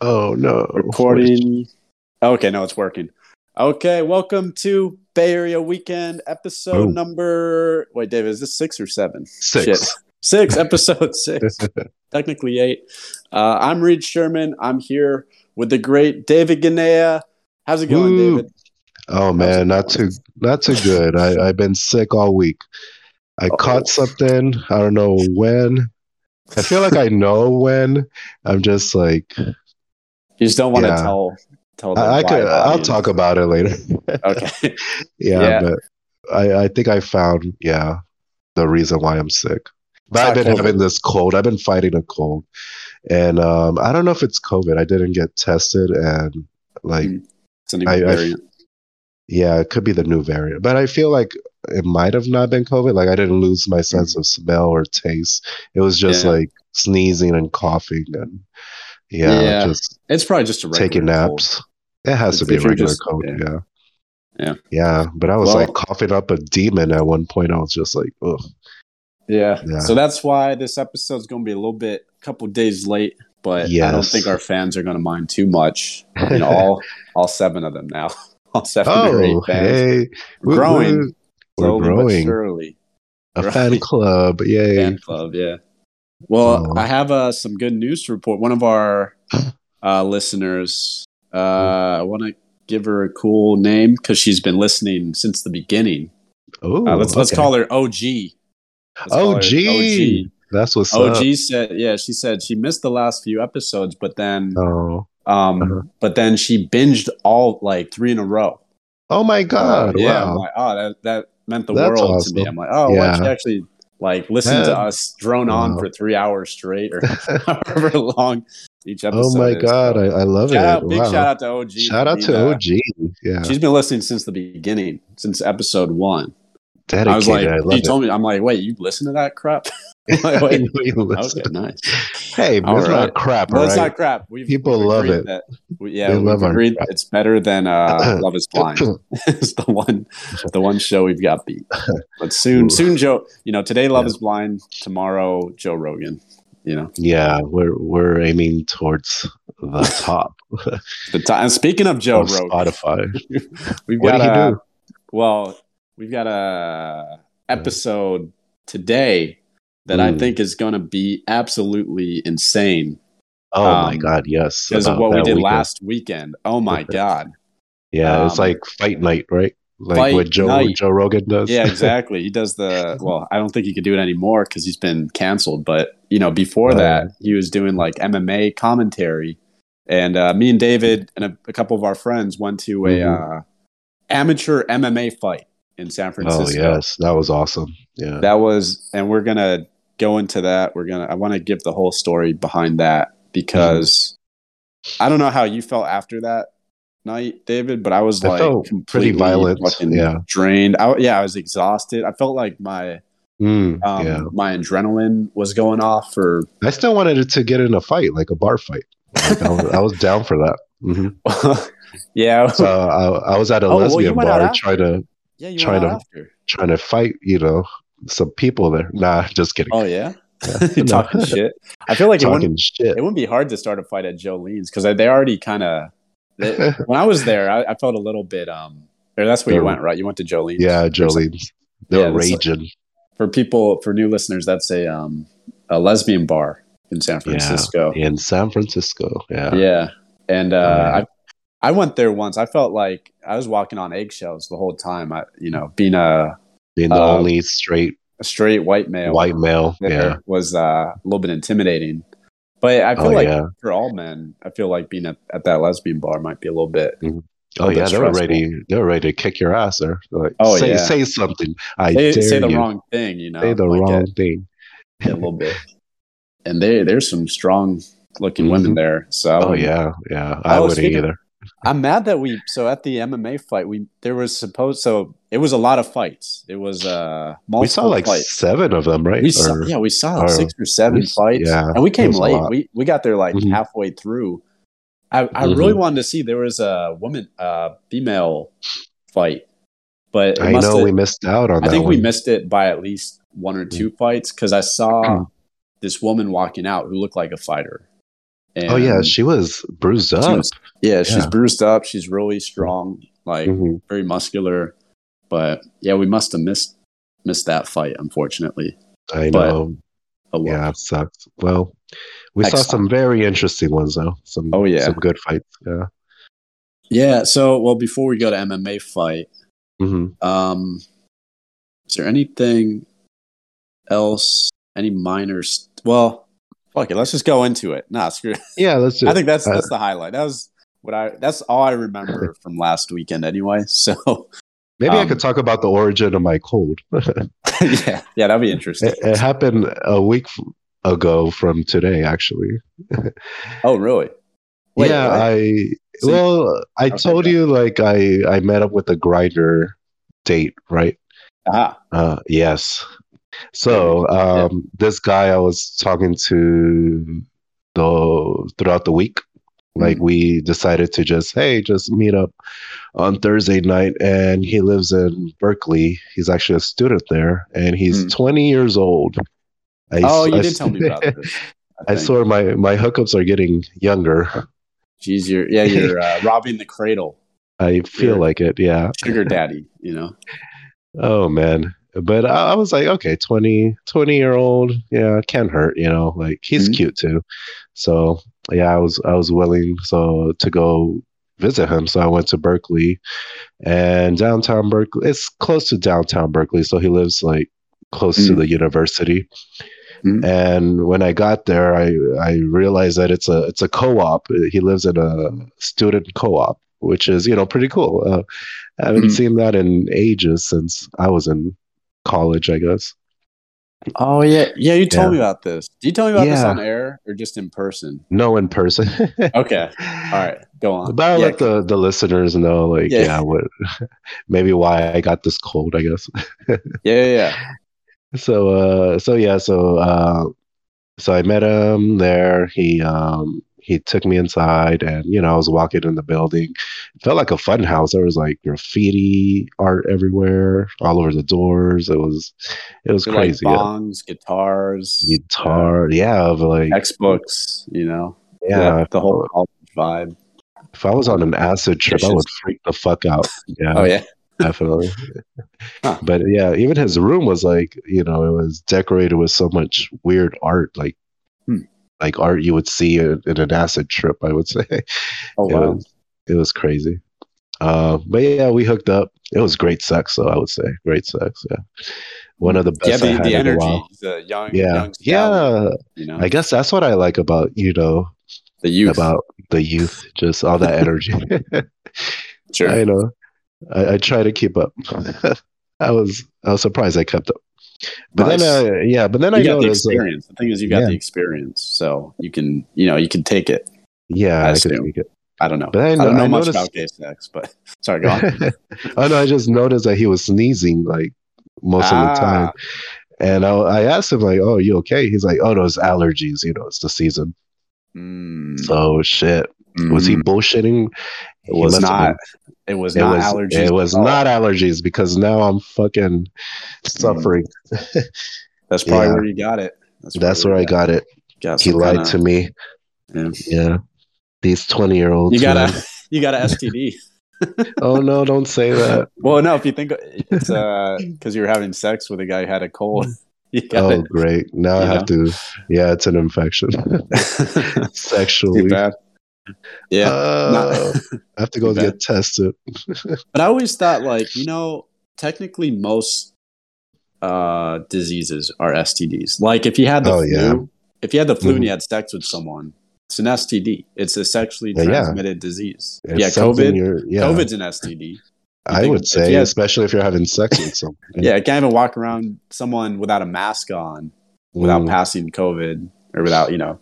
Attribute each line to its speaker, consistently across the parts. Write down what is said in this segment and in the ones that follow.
Speaker 1: Oh no.
Speaker 2: Recording. Okay, no, it's working. Okay, welcome to Bay Area Weekend episode
Speaker 1: Boom.
Speaker 2: number. Wait, David, is this six or seven?
Speaker 1: Six.
Speaker 2: Six, episode six, technically eight. Uh, I'm Reed Sherman. I'm here with the great David Ganea. How's it going,
Speaker 1: Woo.
Speaker 2: David?
Speaker 1: oh man, not too not too good. I, I've been sick all week. I
Speaker 2: Uh-oh.
Speaker 1: caught something. I don't know when. I feel like I know when. I'm just like
Speaker 2: You just don't want to
Speaker 1: Yeah.
Speaker 2: tell. Tell the
Speaker 1: I, I could.
Speaker 2: wide
Speaker 1: I'll
Speaker 2: audience.
Speaker 1: talk about it later.
Speaker 2: Okay.
Speaker 1: yeah,
Speaker 2: Yeah.
Speaker 1: but I, I think I found yeah the reason why I'm sick. But
Speaker 2: It's
Speaker 1: I've
Speaker 2: not
Speaker 1: been having this cold. I've been fighting a cold, and um, I don't know if it's COVID. I didn't get tested, and like
Speaker 2: Mm. It's a new
Speaker 1: I- I-
Speaker 2: variant.
Speaker 1: yeah, it could be the new variant. But I feel like it might have not been COVID. Like I didn't lose my sense of smell or taste. It was just
Speaker 2: Mm-hmm. Yeah.
Speaker 1: like sneezing and coughing, and yeah,
Speaker 2: Yeah.
Speaker 1: just
Speaker 2: it's probably just a regular
Speaker 1: taking
Speaker 2: cold.
Speaker 1: naps. It has to
Speaker 2: If-
Speaker 1: be
Speaker 2: if you're
Speaker 1: regular
Speaker 2: just-
Speaker 1: cold,
Speaker 2: yeah.
Speaker 1: yeah.
Speaker 2: Yeah.
Speaker 1: Yeah, But I was
Speaker 2: Well-
Speaker 1: like coughing up a demon at one point. I was just like, ugh.
Speaker 2: Yeah.
Speaker 1: Yeah.
Speaker 2: So that's why this episode's going to be a little bit, a couple days late, but I don't
Speaker 1: Yes.
Speaker 2: think our fans are going to mind too much. You know, all all seven of them now, all seven or
Speaker 1: Oh,
Speaker 2: eight fans,
Speaker 1: hey.
Speaker 2: We're
Speaker 1: We're
Speaker 2: growing.
Speaker 1: We're, we're
Speaker 2: slowly but
Speaker 1: growing.
Speaker 2: surely.
Speaker 1: a
Speaker 2: right.
Speaker 1: fan club. Yay.
Speaker 2: Fan club, yeah. Well,
Speaker 1: Oh.
Speaker 2: I have uh, some good news to report. One of our uh, listeners, uh, I want to give her a cool name because she's been listening since the beginning.
Speaker 1: Oh,
Speaker 2: Uh, let's let's call her OG. Let's call her
Speaker 1: OG. That's what's up.
Speaker 2: OG Oh, said, yeah, she said she missed the last few episodes, but then,
Speaker 1: Oh.
Speaker 2: um,
Speaker 1: Uh-huh.
Speaker 2: but then she binged all like three in a row.
Speaker 1: oh, my God.
Speaker 2: Uh, yeah, I'm
Speaker 1: Wow.
Speaker 2: like, oh, that that meant the
Speaker 1: That's
Speaker 2: world
Speaker 1: awesome.
Speaker 2: to me. I'm like, oh, well,
Speaker 1: Yeah.
Speaker 2: she actually like listened to
Speaker 1: Man.
Speaker 2: us drone on
Speaker 1: Wow.
Speaker 2: for three hours straight or however long each
Speaker 1: Oh,
Speaker 2: episode.
Speaker 1: my
Speaker 2: is.
Speaker 1: God.
Speaker 2: So,
Speaker 1: I, I love
Speaker 2: shout
Speaker 1: it.
Speaker 2: out, big
Speaker 1: wow.
Speaker 2: shout out to OG.
Speaker 1: Shout
Speaker 2: for
Speaker 1: out
Speaker 2: being,
Speaker 1: to
Speaker 2: uh,
Speaker 1: OG. Yeah.
Speaker 2: She's been listening since the beginning, since episode one.
Speaker 1: Dedicated.
Speaker 2: I was like,
Speaker 1: I
Speaker 2: you
Speaker 1: love
Speaker 2: told me, I'm like, wait, you listen to that crap? I'm like, wait,
Speaker 1: it. You
Speaker 2: okay,
Speaker 1: listen.
Speaker 2: nice.
Speaker 1: Hey, it's
Speaker 2: All right.
Speaker 1: not crap,
Speaker 2: Well,
Speaker 1: all
Speaker 2: it's
Speaker 1: right?
Speaker 2: not crap. We've,
Speaker 1: People
Speaker 2: we've
Speaker 1: love
Speaker 2: agreed
Speaker 1: it.
Speaker 2: That we, yeah,
Speaker 1: They
Speaker 2: we've
Speaker 1: love our
Speaker 2: agreed
Speaker 1: crap.
Speaker 2: it's better than uh, Love Is Blind. it's the one, the one show we've got beat. But soon,
Speaker 1: Ooh.
Speaker 2: soon, Joe. You know, today Love
Speaker 1: Yeah.
Speaker 2: Is Blind. Tomorrow, Joe Rogan. You know,
Speaker 1: Yeah, we're we're aiming towards the top
Speaker 2: the time. Speaking of Joe
Speaker 1: of
Speaker 2: Rogan,
Speaker 1: Spotify.
Speaker 2: we've
Speaker 1: Oh, What
Speaker 2: got
Speaker 1: did he
Speaker 2: a
Speaker 1: do?
Speaker 2: well, we've got a episode today that I
Speaker 1: Mm.
Speaker 2: think is going to be absolutely insane
Speaker 1: Oh my
Speaker 2: Um,
Speaker 1: god, yes.
Speaker 2: because of
Speaker 1: about
Speaker 2: what we
Speaker 1: that
Speaker 2: did
Speaker 1: weekend.
Speaker 2: last weekend. Oh my god.
Speaker 1: Yeah, it's
Speaker 2: um,
Speaker 1: like fight night, right? Like
Speaker 2: Fight
Speaker 1: what Joe
Speaker 2: night.
Speaker 1: Joe Rogan does.
Speaker 2: yeah, exactly. He does the well. I don't think he could do it anymore because he's been canceled. But you know, before
Speaker 1: Oh.
Speaker 2: that, he was doing like MMA commentary, and uh, me and David and a, a couple of our friends went to a uh, amateur MMA fight in San
Speaker 1: Mm-hmm. oh
Speaker 2: Francisco.
Speaker 1: yes, that was awesome. Yeah.
Speaker 2: That was, and we're gonna go into that. We're gonna. I want to give the whole story behind that because I don't know how you felt after that night, David, but I was
Speaker 1: I
Speaker 2: like
Speaker 1: felt pretty
Speaker 2: completely
Speaker 1: violent,
Speaker 2: fucking
Speaker 1: yeah.
Speaker 2: drained. I, yeah, I was exhausted. I felt like my
Speaker 1: Mm,
Speaker 2: um,
Speaker 1: yeah.
Speaker 2: my adrenaline was going off. Or
Speaker 1: I still wanted it to get in a fight, like a bar fight. Like, I, was, I was down for that. Mhm.
Speaker 2: yeah,
Speaker 1: So I, I was at a
Speaker 2: Oh, well, you
Speaker 1: lesbian
Speaker 2: went out
Speaker 1: bar
Speaker 2: after.
Speaker 1: trying to
Speaker 2: yeah, you
Speaker 1: trying
Speaker 2: went out
Speaker 1: to-
Speaker 2: after.
Speaker 1: trying to fight, you know, some people there. Nah, just kidding.
Speaker 2: Oh yeah,
Speaker 1: No.
Speaker 2: talking shit. I feel like it wouldn't
Speaker 1: Talking shit.
Speaker 2: it wouldn't be hard to start a fight at Jolene's because they already kind of. When I was there, I, I felt a little bit. um Or that's where you
Speaker 1: They're-
Speaker 2: went, right? You went to Jolene's.
Speaker 1: Yeah, Jolene.
Speaker 2: Yeah,
Speaker 1: They're
Speaker 2: that's like-
Speaker 1: raging.
Speaker 2: For people, for new listeners, that's a um a lesbian bar in San Francisco. Yeah.
Speaker 1: in San Francisco. Yeah. Uh-huh.
Speaker 2: And uh,
Speaker 1: Yeah.
Speaker 2: I I went there once. I felt like I was walking on eggshells the whole time. I you know being a,
Speaker 1: Being the
Speaker 2: Uh,
Speaker 1: only straight
Speaker 2: a straight white male,
Speaker 1: white male.
Speaker 2: there
Speaker 1: Yeah.
Speaker 2: was uh, a little bit intimidating. But I feel
Speaker 1: Oh,
Speaker 2: like
Speaker 1: yeah.
Speaker 2: for all men, I feel like being at, at that lesbian bar might be a little bit
Speaker 1: Oh,
Speaker 2: Oh,
Speaker 1: yeah.
Speaker 2: that's
Speaker 1: They were
Speaker 2: stressful.
Speaker 1: ready. They were ready to kick your ass there. They're Like,
Speaker 2: Oh,
Speaker 1: say,
Speaker 2: yeah.
Speaker 1: say something. I
Speaker 2: say,
Speaker 1: dare
Speaker 2: say the
Speaker 1: you.
Speaker 2: wrong thing, you know,
Speaker 1: say the
Speaker 2: like,
Speaker 1: wrong thing.
Speaker 2: A, a little bit. And they, there's some strong looking
Speaker 1: Mhm.
Speaker 2: women there. So I
Speaker 1: Oh,
Speaker 2: wouldn't-
Speaker 1: yeah. Yeah. I
Speaker 2: Oh,
Speaker 1: wouldn't
Speaker 2: speaking-
Speaker 1: either.
Speaker 2: I'm mad that we so at the MMA fight we there was supposed so it was a lot of fights. It was uh multiple
Speaker 1: We saw like
Speaker 2: fights.
Speaker 1: seven of them, right?
Speaker 2: We saw,
Speaker 1: Or-
Speaker 2: yeah, we saw like
Speaker 1: or-
Speaker 2: six or seven
Speaker 1: we s-
Speaker 2: fights,
Speaker 1: yeah,
Speaker 2: and we came
Speaker 1: was a
Speaker 2: late.
Speaker 1: lot.
Speaker 2: We we got there like
Speaker 1: Mhm.
Speaker 2: halfway through. I, I
Speaker 1: Mm-hmm.
Speaker 2: really wanted to see there was a woman, uh, female fight, but it
Speaker 1: I
Speaker 2: must
Speaker 1: know
Speaker 2: have-
Speaker 1: we missed out on
Speaker 2: I
Speaker 1: that
Speaker 2: think
Speaker 1: one. Mm-hmm.
Speaker 2: we missed it by at least
Speaker 1: Hmm.
Speaker 2: one or two fights because I saw this woman walking out who looked like a fighter.
Speaker 1: oh yeah, she was bruised up.
Speaker 2: she was- yeah, she's
Speaker 1: Yeah.
Speaker 2: bruised up. She's really strong, like
Speaker 1: Mhm.
Speaker 2: very muscular. But yeah, we must have missed missed that fight, unfortunately.
Speaker 1: I
Speaker 2: but-
Speaker 1: know.
Speaker 2: A lot.
Speaker 1: Yeah, it sucks. Well, we
Speaker 2: Next
Speaker 1: saw some very interesting ones though. Some
Speaker 2: Oh, yeah.
Speaker 1: some good fights. Yeah.
Speaker 2: Yeah. So, well, before we go to MMA fight,
Speaker 1: hmm
Speaker 2: um, is there anything else? Any minors? Well, fuck it. Let's just go into it. Nah, screw. It.
Speaker 1: Yeah, let's do.
Speaker 2: I think that's
Speaker 1: Uh,
Speaker 2: that's the highlight. That was what I. That's all I remember from last weekend, anyway. So,
Speaker 1: Maybe I
Speaker 2: um,
Speaker 1: could talk about the origin of my cold. it,
Speaker 2: yeah, yeah, that'd be interesting.
Speaker 1: it happened a week f- ago from today, actually.
Speaker 2: Oh, really? Wait,
Speaker 1: yeah,
Speaker 2: what?
Speaker 1: I
Speaker 2: So you-
Speaker 1: well, I
Speaker 2: Okay,
Speaker 1: told
Speaker 2: go.
Speaker 1: you like I I met up with a grinder date, right?
Speaker 2: Ah,
Speaker 1: Uh, yes. So um, this guy I was talking to the throughout the week, like
Speaker 2: Mm-hmm.
Speaker 1: we decided to just hey, just meet up on Thursday night, and he lives in Berkeley. He's actually a student there, and he's
Speaker 2: Mm.
Speaker 1: 20 years old. I,
Speaker 2: oh,
Speaker 1: I-
Speaker 2: you did tell me about this.
Speaker 1: I
Speaker 2: think.
Speaker 1: swear my my hookups are getting younger.
Speaker 2: Jeez, you're yeah, you're uh, robbing the cradle,
Speaker 1: I feel
Speaker 2: Yeah.
Speaker 1: like it. Yeah.
Speaker 2: sugar daddy. You know,
Speaker 1: Oh man. But I, I was like, okay, 20, 20 year old, yeah, can't hurt, you know, like he's
Speaker 2: Mhm.
Speaker 1: cute too. So yeah, I was I was willing so to go visit him. So I went to Berkeley and downtown Berkeley it's close to downtown Berkeley, so he lives like close to
Speaker 2: Mm.
Speaker 1: the university.
Speaker 2: Mm.
Speaker 1: And when I got there, I I realized that it's a it's a co-op. He lives in a student co-op, which is, you know, pretty cool. Uh, I haven't
Speaker 2: Mhm.
Speaker 1: seen that in ages since I was in college, I guess.
Speaker 2: Oh yeah, yeah. You told
Speaker 1: Yeah.
Speaker 2: me about this. Did you tell me about this
Speaker 1: Yeah.
Speaker 2: on air or just in person?
Speaker 1: No in person.
Speaker 2: Okay, all right, go on.
Speaker 1: But I'll
Speaker 2: yeah,
Speaker 1: let the, the listeners know, like,
Speaker 2: Yeah.
Speaker 1: yeah, what, maybe why I got this cold, I guess.
Speaker 2: yeah, yeah, yeah.
Speaker 1: So, uh, so yeah, so, uh, so I met him there. He, um, he took me inside, and you know, I was walking in the building. It felt like a fun house. There was like graffiti art everywhere, all over the doors. It was, it was
Speaker 2: So, like
Speaker 1: crazy. yeah.
Speaker 2: bongs, guitars,
Speaker 1: Guitar, yeah, of like
Speaker 2: uh, textbooks. You know,
Speaker 1: yeah,
Speaker 2: the whole college vibe.
Speaker 1: If I was on an acid trip, I would freak the fuck out. Yeah,
Speaker 2: Oh yeah,
Speaker 1: definitely.
Speaker 2: Huh.
Speaker 1: But yeah, even his room was like, you know, it was decorated with so much weird art, like
Speaker 2: Hmm.
Speaker 1: like art you would see in, in an acid trip. I would say
Speaker 2: oh
Speaker 1: it
Speaker 2: wow.
Speaker 1: was it was crazy. Uh, but yeah, we hooked up. It was great sex, though. I would say great sex. Yeah, one of the
Speaker 2: Yeah,
Speaker 1: best. I
Speaker 2: the,
Speaker 1: had
Speaker 2: the
Speaker 1: in a
Speaker 2: energy.
Speaker 1: while.
Speaker 2: He's a young,
Speaker 1: Yeah,
Speaker 2: young stallion,
Speaker 1: yeah.
Speaker 2: You know,
Speaker 1: I guess that's what I like about you know
Speaker 2: the youth.
Speaker 1: about the youth, just all that energy.
Speaker 2: sure.
Speaker 1: I know. I, I try to keep up. I was I was surprised I kept up. But
Speaker 2: Nice.
Speaker 1: then, uh, yeah. But then I
Speaker 2: you got the
Speaker 1: noticed, like,
Speaker 2: experience. the thing is, you got
Speaker 1: Yeah.
Speaker 2: the experience, so you can, you know, you can take it.
Speaker 1: yeah,
Speaker 2: I
Speaker 1: I, could
Speaker 2: assume.
Speaker 1: take it.
Speaker 2: I don't know.
Speaker 1: But I,
Speaker 2: I,
Speaker 1: know,
Speaker 2: don't know
Speaker 1: I
Speaker 2: much
Speaker 1: noticed.
Speaker 2: about gay sex, but sorry, go on.
Speaker 1: oh no, I just noticed that he was sneezing like most
Speaker 2: Ah.
Speaker 1: of the time, and I, I asked him like, "Oh, you okay?" He's like, "Oh no, it's allergies. You know, it's the season."
Speaker 2: Mm,
Speaker 1: So shit. Was he
Speaker 2: mm.
Speaker 1: bullshitting?
Speaker 2: It was
Speaker 1: must have
Speaker 2: not.
Speaker 1: been-
Speaker 2: It was
Speaker 1: It
Speaker 2: not
Speaker 1: was,
Speaker 2: allergies.
Speaker 1: It was
Speaker 2: at all. Mm.
Speaker 1: not allergies because now I'm fucking suffering.
Speaker 2: That's probably
Speaker 1: yeah.
Speaker 2: where you got it.
Speaker 1: That's
Speaker 2: probably
Speaker 1: where I got it.
Speaker 2: you got
Speaker 1: he
Speaker 2: some
Speaker 1: lied
Speaker 2: kinda-
Speaker 1: to me.
Speaker 2: Yeah.
Speaker 1: Yeah. These 20 year olds.
Speaker 2: You got a you got a STD.
Speaker 1: oh, no, don't say that.
Speaker 2: well, no, if you think it's because you were having sex with a guy who had a cold, you got
Speaker 1: oh, great. Now I
Speaker 2: You
Speaker 1: have to. Yeah, it's an infection.
Speaker 2: it. Too
Speaker 1: Sexually.
Speaker 2: bad. Yeah,
Speaker 1: Oh, I have to go
Speaker 2: Too bad.
Speaker 1: get tested.
Speaker 2: But I always thought, like, you know, technically most uh, diseases are STDs. Like, if you had the
Speaker 1: Oh,
Speaker 2: flu,
Speaker 1: yeah.
Speaker 2: if you had the flu and
Speaker 1: Mhm.
Speaker 2: you had sex with someone, it's an STD. It's a sexually
Speaker 1: Yeah, yeah.
Speaker 2: transmitted disease.
Speaker 1: It's
Speaker 2: yeah,
Speaker 1: something
Speaker 2: COVID.
Speaker 1: you're- Yeah,
Speaker 2: COVID's an STD.
Speaker 1: I
Speaker 2: think
Speaker 1: would
Speaker 2: if
Speaker 1: say,
Speaker 2: you had-
Speaker 1: especially if you're having sex with someone.
Speaker 2: Yeah, I can't even walk around someone without a mask on without
Speaker 1: Mm,
Speaker 2: passing COVID or without you know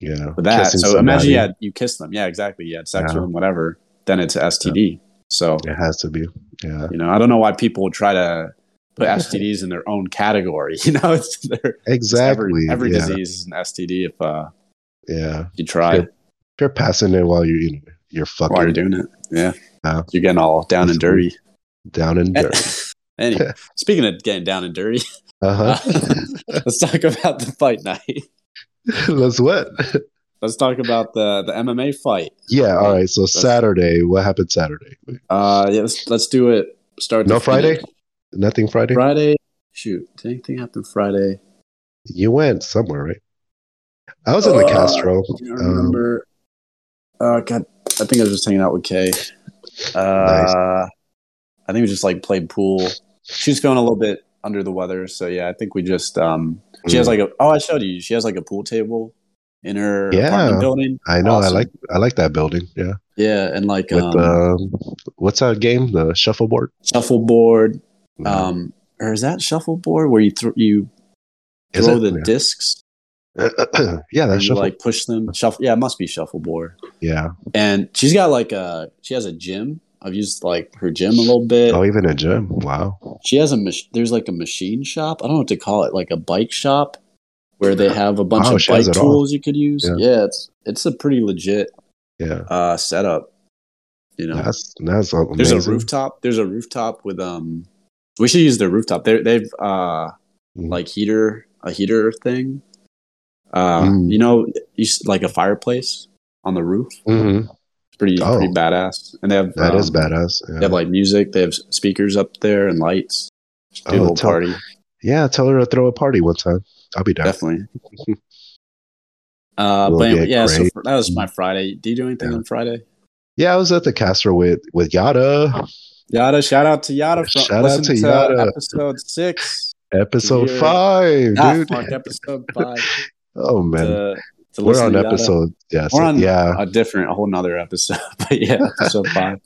Speaker 1: yeah.
Speaker 2: with that.
Speaker 1: Kissing
Speaker 2: so imagine
Speaker 1: somebody.
Speaker 2: you had you kiss them. Yeah, exactly. You had sex
Speaker 1: Yeah.
Speaker 2: with them, whatever. Then it's a STD. So
Speaker 1: It has to be. Yeah.
Speaker 2: You know, I don't know why people would try to put STDs in their own category. You know, it's their
Speaker 1: Exactly.
Speaker 2: Every, every
Speaker 1: yeah.
Speaker 2: disease is an STD if uh,
Speaker 1: Yeah.
Speaker 2: you try
Speaker 1: If you're passing it while you're, you know, you're fucking
Speaker 2: while you're doing it. Yeah,
Speaker 1: Yeah.
Speaker 2: you're getting all down and dirty.
Speaker 1: down and dirty.
Speaker 2: anyway, speaking of getting down and dirty,
Speaker 1: Uh huh.
Speaker 2: let's talk about the fight night.
Speaker 1: Let's what?
Speaker 2: Let's talk about the the MMA fight.
Speaker 1: Yeah. All right. So
Speaker 2: That's-
Speaker 1: Saturday, what happened Saturday?
Speaker 2: Uh, yeah, let's let's do it. Start
Speaker 1: No
Speaker 2: to finish.
Speaker 1: Friday? Nothing Friday?
Speaker 2: Friday. Shoot, did anything happen Friday?
Speaker 1: You went somewhere, right? I was in the
Speaker 2: Uh,
Speaker 1: Castro.
Speaker 2: I don't
Speaker 1: Um,
Speaker 2: remember. oh God, I think I was just hanging out with Kay. Uh, I think we just like played pool. She's feeling a little bit under the weather, so yeah, I think we just um. She
Speaker 1: Mm.
Speaker 2: has like a oh, I showed you. She has like a pool table in her
Speaker 1: Yeah.
Speaker 2: apartment building.
Speaker 1: I know. I
Speaker 2: awesome.
Speaker 1: like I like that building. Yeah.
Speaker 2: Yeah, and like
Speaker 1: With
Speaker 2: um,
Speaker 1: um, what's that game? The shuffleboard.
Speaker 2: shuffleboard.
Speaker 1: Mm.
Speaker 2: Um, or is that shuffleboard where you throw you
Speaker 1: Is
Speaker 2: throw
Speaker 1: it?
Speaker 2: the discs
Speaker 1: yeah,
Speaker 2: and
Speaker 1: that
Speaker 2: you
Speaker 1: shuffle.
Speaker 2: like push them? Shuffle. Yeah, it must be shuffleboard.
Speaker 1: yeah.
Speaker 2: and she's got like a she has a gym. I've used like her gym a little bit.
Speaker 1: Oh, even a gym. Wow.
Speaker 2: She has a mach- there's like a machine shop. I don't know what to call it, like a bike shop where they have a bunch
Speaker 1: Wow,
Speaker 2: of
Speaker 1: Oh, she has
Speaker 2: bike
Speaker 1: it all.
Speaker 2: tools you could use.
Speaker 1: Yeah.
Speaker 2: Yeah. it's it's a pretty legit
Speaker 1: Yeah.
Speaker 2: uh setup. You know,
Speaker 1: That's that's amazing.
Speaker 2: there's a rooftop. There's a rooftop with um. We should use their rooftop. They they've uh
Speaker 1: Mm.
Speaker 2: like heater a heater thing. Uh,
Speaker 1: Mm.
Speaker 2: you know, you s- like a fireplace on the roof.
Speaker 1: Mhm.
Speaker 2: It's pretty
Speaker 1: Oh.
Speaker 2: pretty badass. And they have
Speaker 1: That is
Speaker 2: um,
Speaker 1: badass.
Speaker 2: They
Speaker 1: Yeah.
Speaker 2: have like music. They have speakers up there and lights. Just do a
Speaker 1: Oh,
Speaker 2: little
Speaker 1: tell-
Speaker 2: party,
Speaker 1: yeah. Tell her to throw a party one time. I'll be down.
Speaker 2: definitely. Uh,
Speaker 1: Will
Speaker 2: but anyway,
Speaker 1: get
Speaker 2: yeah, so
Speaker 1: great.
Speaker 2: fr- that was my Friday. Do you do anything
Speaker 1: Yeah.
Speaker 2: on Friday?
Speaker 1: Yeah, I was at the Castro with with Yada.
Speaker 2: Yada, shout out to Yada. From,
Speaker 1: Shout out
Speaker 2: listen
Speaker 1: to Yada.
Speaker 2: Episode six,
Speaker 1: Episode
Speaker 2: Yeah.
Speaker 1: five,
Speaker 2: ah,
Speaker 1: dude.
Speaker 2: fuck, episode five.
Speaker 1: Oh man,
Speaker 2: To, to
Speaker 1: we're
Speaker 2: listen
Speaker 1: on
Speaker 2: to Yada.
Speaker 1: episode. Yes,
Speaker 2: We're on-
Speaker 1: yeah.
Speaker 2: a different, a whole nother episode. But yeah, episode five.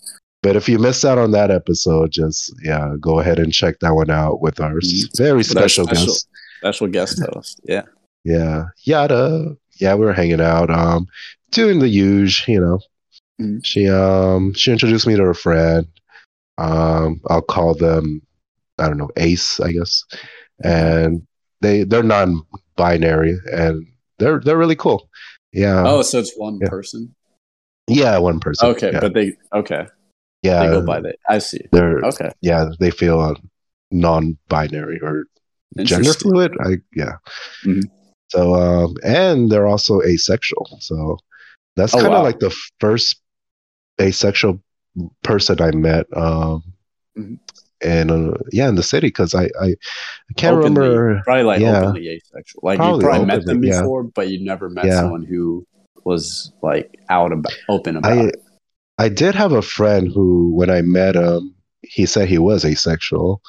Speaker 1: But if you missed out on that episode, just yeah, go ahead and check that one out with our s-
Speaker 2: Mhm.
Speaker 1: very
Speaker 2: With our
Speaker 1: special,
Speaker 2: special-
Speaker 1: guest.
Speaker 2: Special guest host. Yeah,
Speaker 1: Yeah, yada. Yeah, we were hanging out, um, doing the huge. You know,
Speaker 2: Mhm.
Speaker 1: she um she introduced me to her friend. Um, I'll call them, I don't know, Ace, I guess. And they they're non-binary, and they're they're really cool. Yeah.
Speaker 2: Oh, so it's one
Speaker 1: Uh, yeah.
Speaker 2: person.
Speaker 1: Yeah, one person.
Speaker 2: Okay,
Speaker 1: Yeah. Uh,
Speaker 2: but they okay.
Speaker 1: yeah,
Speaker 2: They go by that. I see.
Speaker 1: they're
Speaker 2: Okay,
Speaker 1: yeah, they feel uh, non-binary or gender
Speaker 2: Interesting.
Speaker 1: fluid. I yeah.
Speaker 2: Mhm.
Speaker 1: So um, and they're also asexual. So that's
Speaker 2: Oh,
Speaker 1: kind of
Speaker 2: wow.
Speaker 1: like the first asexual person I met. Um,
Speaker 2: Mhm.
Speaker 1: and uh, yeah, in the city because I, I I can't
Speaker 2: Openly.
Speaker 1: remember.
Speaker 2: probably like
Speaker 1: Yeah.
Speaker 2: openly asexual. Like
Speaker 1: Probably
Speaker 2: you probably met them
Speaker 1: openly, yeah.
Speaker 2: before, but you never met
Speaker 1: Yeah.
Speaker 2: someone who was like out about open about
Speaker 1: I
Speaker 2: it.
Speaker 1: I did have a friend who, when I met him, he said he was asexual,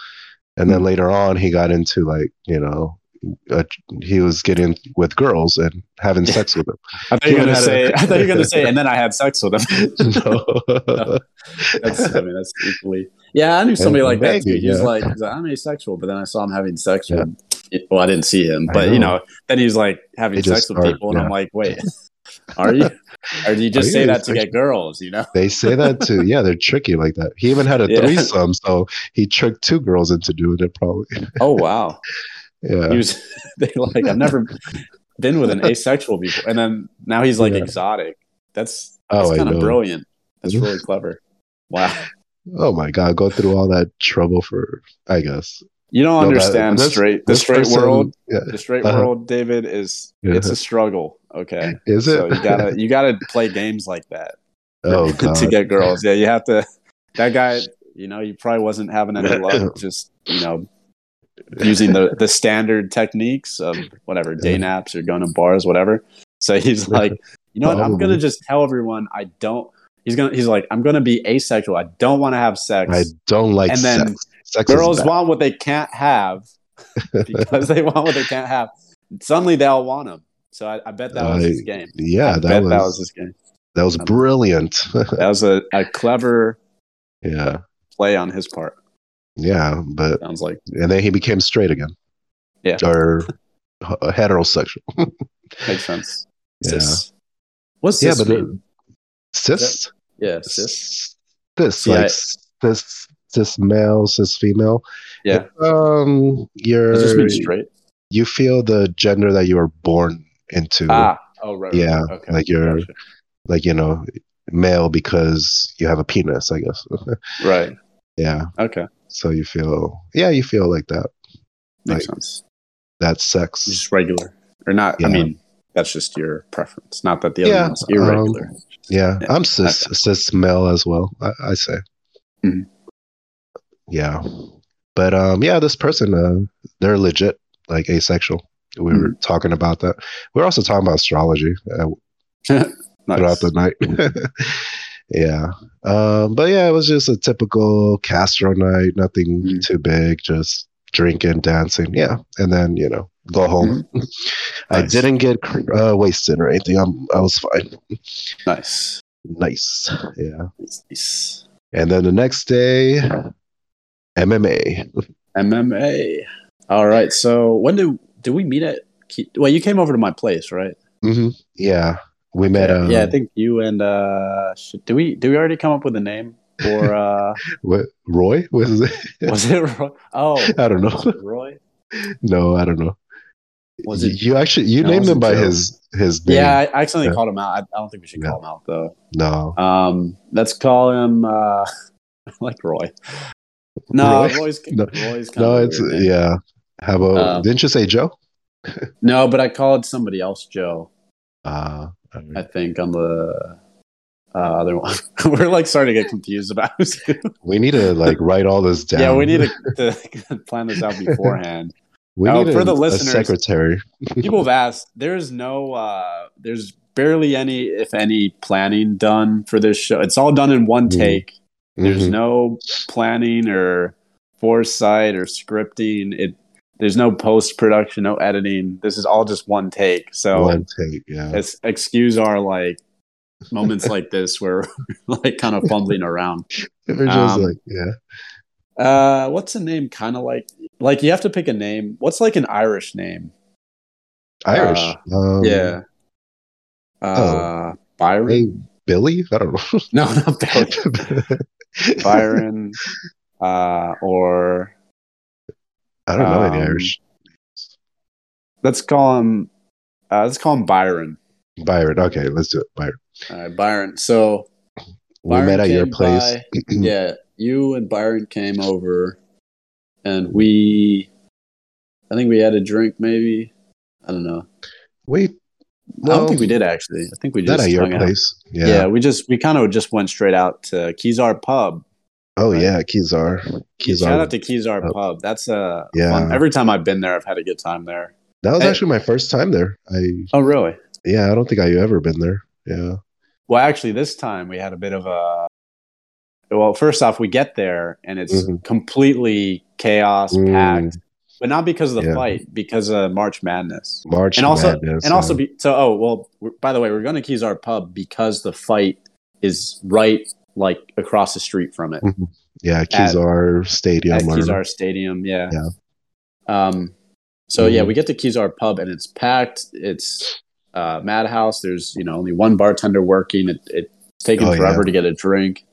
Speaker 1: and then
Speaker 2: Hmm.
Speaker 1: later on he got into like you know. Uh, he was getting with girls and having sex with them.
Speaker 2: I thought you were
Speaker 1: Even
Speaker 2: gonna
Speaker 1: had a-
Speaker 2: say. I thought you were gonna say, and then I had sex with him.
Speaker 1: No.
Speaker 2: that's, I mean, that's equally. Yeah, I knew somebody like that too.
Speaker 1: Maybe,
Speaker 2: He was
Speaker 1: yeah.
Speaker 2: like, he's like, I'm asexual, but then I saw him having sex with. Well, I didn't see him,
Speaker 1: I
Speaker 2: but you
Speaker 1: know.
Speaker 2: know, then he was like having
Speaker 1: They
Speaker 2: sex
Speaker 1: just
Speaker 2: with
Speaker 1: start,
Speaker 2: people, and
Speaker 1: yeah.
Speaker 2: I'm like, wait, are you? Or do you
Speaker 1: Are
Speaker 2: just
Speaker 1: you
Speaker 2: say that to get girls? You know?
Speaker 1: They say that too. Yeah, they're tricky like that. He even had a
Speaker 2: Yeah.
Speaker 1: threesome, so he tricked two girls into doing it. Probably.
Speaker 2: Oh wow.
Speaker 1: Yeah.
Speaker 2: he was they like I've never been with an asexual before, and then now he's like
Speaker 1: Yeah.
Speaker 2: exotic. That's that's
Speaker 1: Oh, I
Speaker 2: kind of
Speaker 1: know.
Speaker 2: brilliant. That's really clever. Wow,
Speaker 1: Oh my god, go through all that trouble for I guess.
Speaker 2: you don't
Speaker 1: No, that-
Speaker 2: understand
Speaker 1: this-
Speaker 2: straight the
Speaker 1: this
Speaker 2: straight
Speaker 1: person-
Speaker 2: world.
Speaker 1: Yeah.
Speaker 2: The straight
Speaker 1: Uh-huh.
Speaker 2: world, David, is it's a struggle. Okay,
Speaker 1: Is it?
Speaker 2: so you gotta you gotta play games like that
Speaker 1: oh god.
Speaker 2: to get girls. Yeah, you have to. That guy, you know, he probably wasn't having any luck. Just you know. Using the, the standard techniques of whatever day
Speaker 1: Yeah.
Speaker 2: naps or going to bars, whatever. So he's like, you know what? I'm gonna
Speaker 1: Probably.
Speaker 2: just tell everyone I don't. He's gonna. He's like, I'm gonna be asexual. I don't want to have sex.
Speaker 1: I don't like
Speaker 2: And then
Speaker 1: sex. Sex
Speaker 2: Girls
Speaker 1: is bad.
Speaker 2: want what they can't have because they want what they can't have. Suddenly they all want them. So I, I bet that was
Speaker 1: I-
Speaker 2: his game.
Speaker 1: yeah,
Speaker 2: I
Speaker 1: that
Speaker 2: bet
Speaker 1: was,
Speaker 2: that was his game.
Speaker 1: brilliant.
Speaker 2: That was a, a clever
Speaker 1: yeah.
Speaker 2: play on his part.
Speaker 1: Yeah, but
Speaker 2: Sounds like
Speaker 1: and then he became straight again.
Speaker 2: Yeah.
Speaker 1: Or h- heterosexual.
Speaker 2: makes sense.
Speaker 1: Yeah.
Speaker 2: Cis. What's
Speaker 1: yeah, but
Speaker 2: cis? mean?
Speaker 1: uh, cis.
Speaker 2: yeah, cis.
Speaker 1: cis this
Speaker 2: Yeah.
Speaker 1: like cis cis male cis female
Speaker 2: Yeah.
Speaker 1: um
Speaker 2: Does this
Speaker 1: you're
Speaker 2: mean straight?
Speaker 1: you feel the gender that you were born into
Speaker 2: Ah, oh right. right,
Speaker 1: Yeah,
Speaker 2: right. Okay.
Speaker 1: like you're-
Speaker 2: Gotcha.
Speaker 1: like you know male because you have a penis i guess
Speaker 2: right.
Speaker 1: yeah
Speaker 2: Okay,
Speaker 1: so you feel yeah you feel like that
Speaker 2: makes
Speaker 1: Like-
Speaker 2: sense.
Speaker 1: that's sex
Speaker 2: Just regular or not?
Speaker 1: Yeah.
Speaker 2: I mean, that's just your preference. Not that the other yeah, one's irregular. Um,
Speaker 1: yeah. yeah. I'm cis cis male as well. I, I say. Mm-hmm. Yeah, but um, yeah, this person, uh, they're legit like asexual. We mm-hmm. were talking about that. We were also talking about astrology uh, nice. throughout the night. yeah, um, but yeah, it was just a typical Castro night. Nothing mm-hmm. too big. Just drinking, dancing. Yeah, and then you know go home. Mm-hmm. I nice. didn't get uh, wasted or anything. I'm, I was fine.
Speaker 2: Nice.
Speaker 1: Nice. Yeah. Nice. And then the next day, MMA.
Speaker 2: MMA. All right. So when did did we meet at? Well, you came over to my place, right?
Speaker 1: Mm-hmm. Yeah, we met.
Speaker 2: Yeah, um, yeah, I think you and uh, should, do we do we already come up with a name? Or uh,
Speaker 1: what, Roy was it?
Speaker 2: Was it Roy? Oh,
Speaker 1: I don't know.
Speaker 2: Roy?
Speaker 1: No, I don't know was it you actually you no, named him by Joe. his his name.
Speaker 2: yeah i accidentally yeah. called him out I, I, don't think we should call no. him out though
Speaker 1: no
Speaker 2: um let's call him uh like roy no roy? roy's, no. roy's
Speaker 1: no it's yeah how about um, didn't you say joe
Speaker 2: no but i called somebody else joe
Speaker 1: uh I, mean,
Speaker 2: I think on the uh, other one we're like starting to get confused about
Speaker 1: we need to like write all this down
Speaker 2: yeah we need to, to plan this out beforehand
Speaker 1: we now, need uh, for a, the listeners, secretary.
Speaker 2: people have asked. There's no, uh, there's barely any, if any, planning done for this show. It's all done in one
Speaker 1: Hmm.
Speaker 2: mm-hmm. take. There's mm-hmm. no planning or foresight or scripting. It there's no post production, no editing. This is all just one take. So
Speaker 1: Mm-hmm. one take, yeah.
Speaker 2: excuse our like moments like this where we're like kind of fumbling around.
Speaker 1: We're just um, like, yeah.
Speaker 2: Uh, what's a name kind of like like you have to pick a name. What's like an Irish name?
Speaker 1: Irish.
Speaker 2: Uh, um, yeah. Uh, oh, Byron. Hey,
Speaker 1: Um, Billy? I don't know.
Speaker 2: no, not Billy. Byron. Uh, or
Speaker 1: I don't know um, any Irish.
Speaker 2: Let's call him. Uh, let's call him Byron.
Speaker 1: Byron. Okay, let's do it, Byron.
Speaker 2: All right, Byron. So
Speaker 1: Byron we met at your place. By,
Speaker 2: yeah, you and Byron came over and we i think we had a drink maybe i don't know
Speaker 1: we
Speaker 2: well, i don't think we did actually i think we just
Speaker 1: at your place
Speaker 2: yeah. yeah. we just we kind of just went straight out to kizar pub
Speaker 1: oh right? yeah kizar
Speaker 2: kizar shout out to kizar pub, pub. that's a yeah fun. every time i've been there i've had a good time there
Speaker 1: that was hey. actually my first time there i
Speaker 2: oh really
Speaker 1: yeah i don't think i've ever been there yeah
Speaker 2: well actually this time we had a bit of a well first off we get there and it's mm-hmm. completely chaos packed mm. but not because of the yeah. fight because of march madness
Speaker 1: march
Speaker 2: and also
Speaker 1: madness,
Speaker 2: and yeah. also be, so oh well by the way we're going to keys our pub because the fight is right like across the street from it mm-hmm.
Speaker 1: yeah Kizar stadium
Speaker 2: at Kizar stadium yeah
Speaker 1: yeah
Speaker 2: um so mm-hmm. yeah we get to Kizar pub and it's packed it's uh madhouse there's you know only one bartender working it, it's taking oh, forever yeah. to get a drink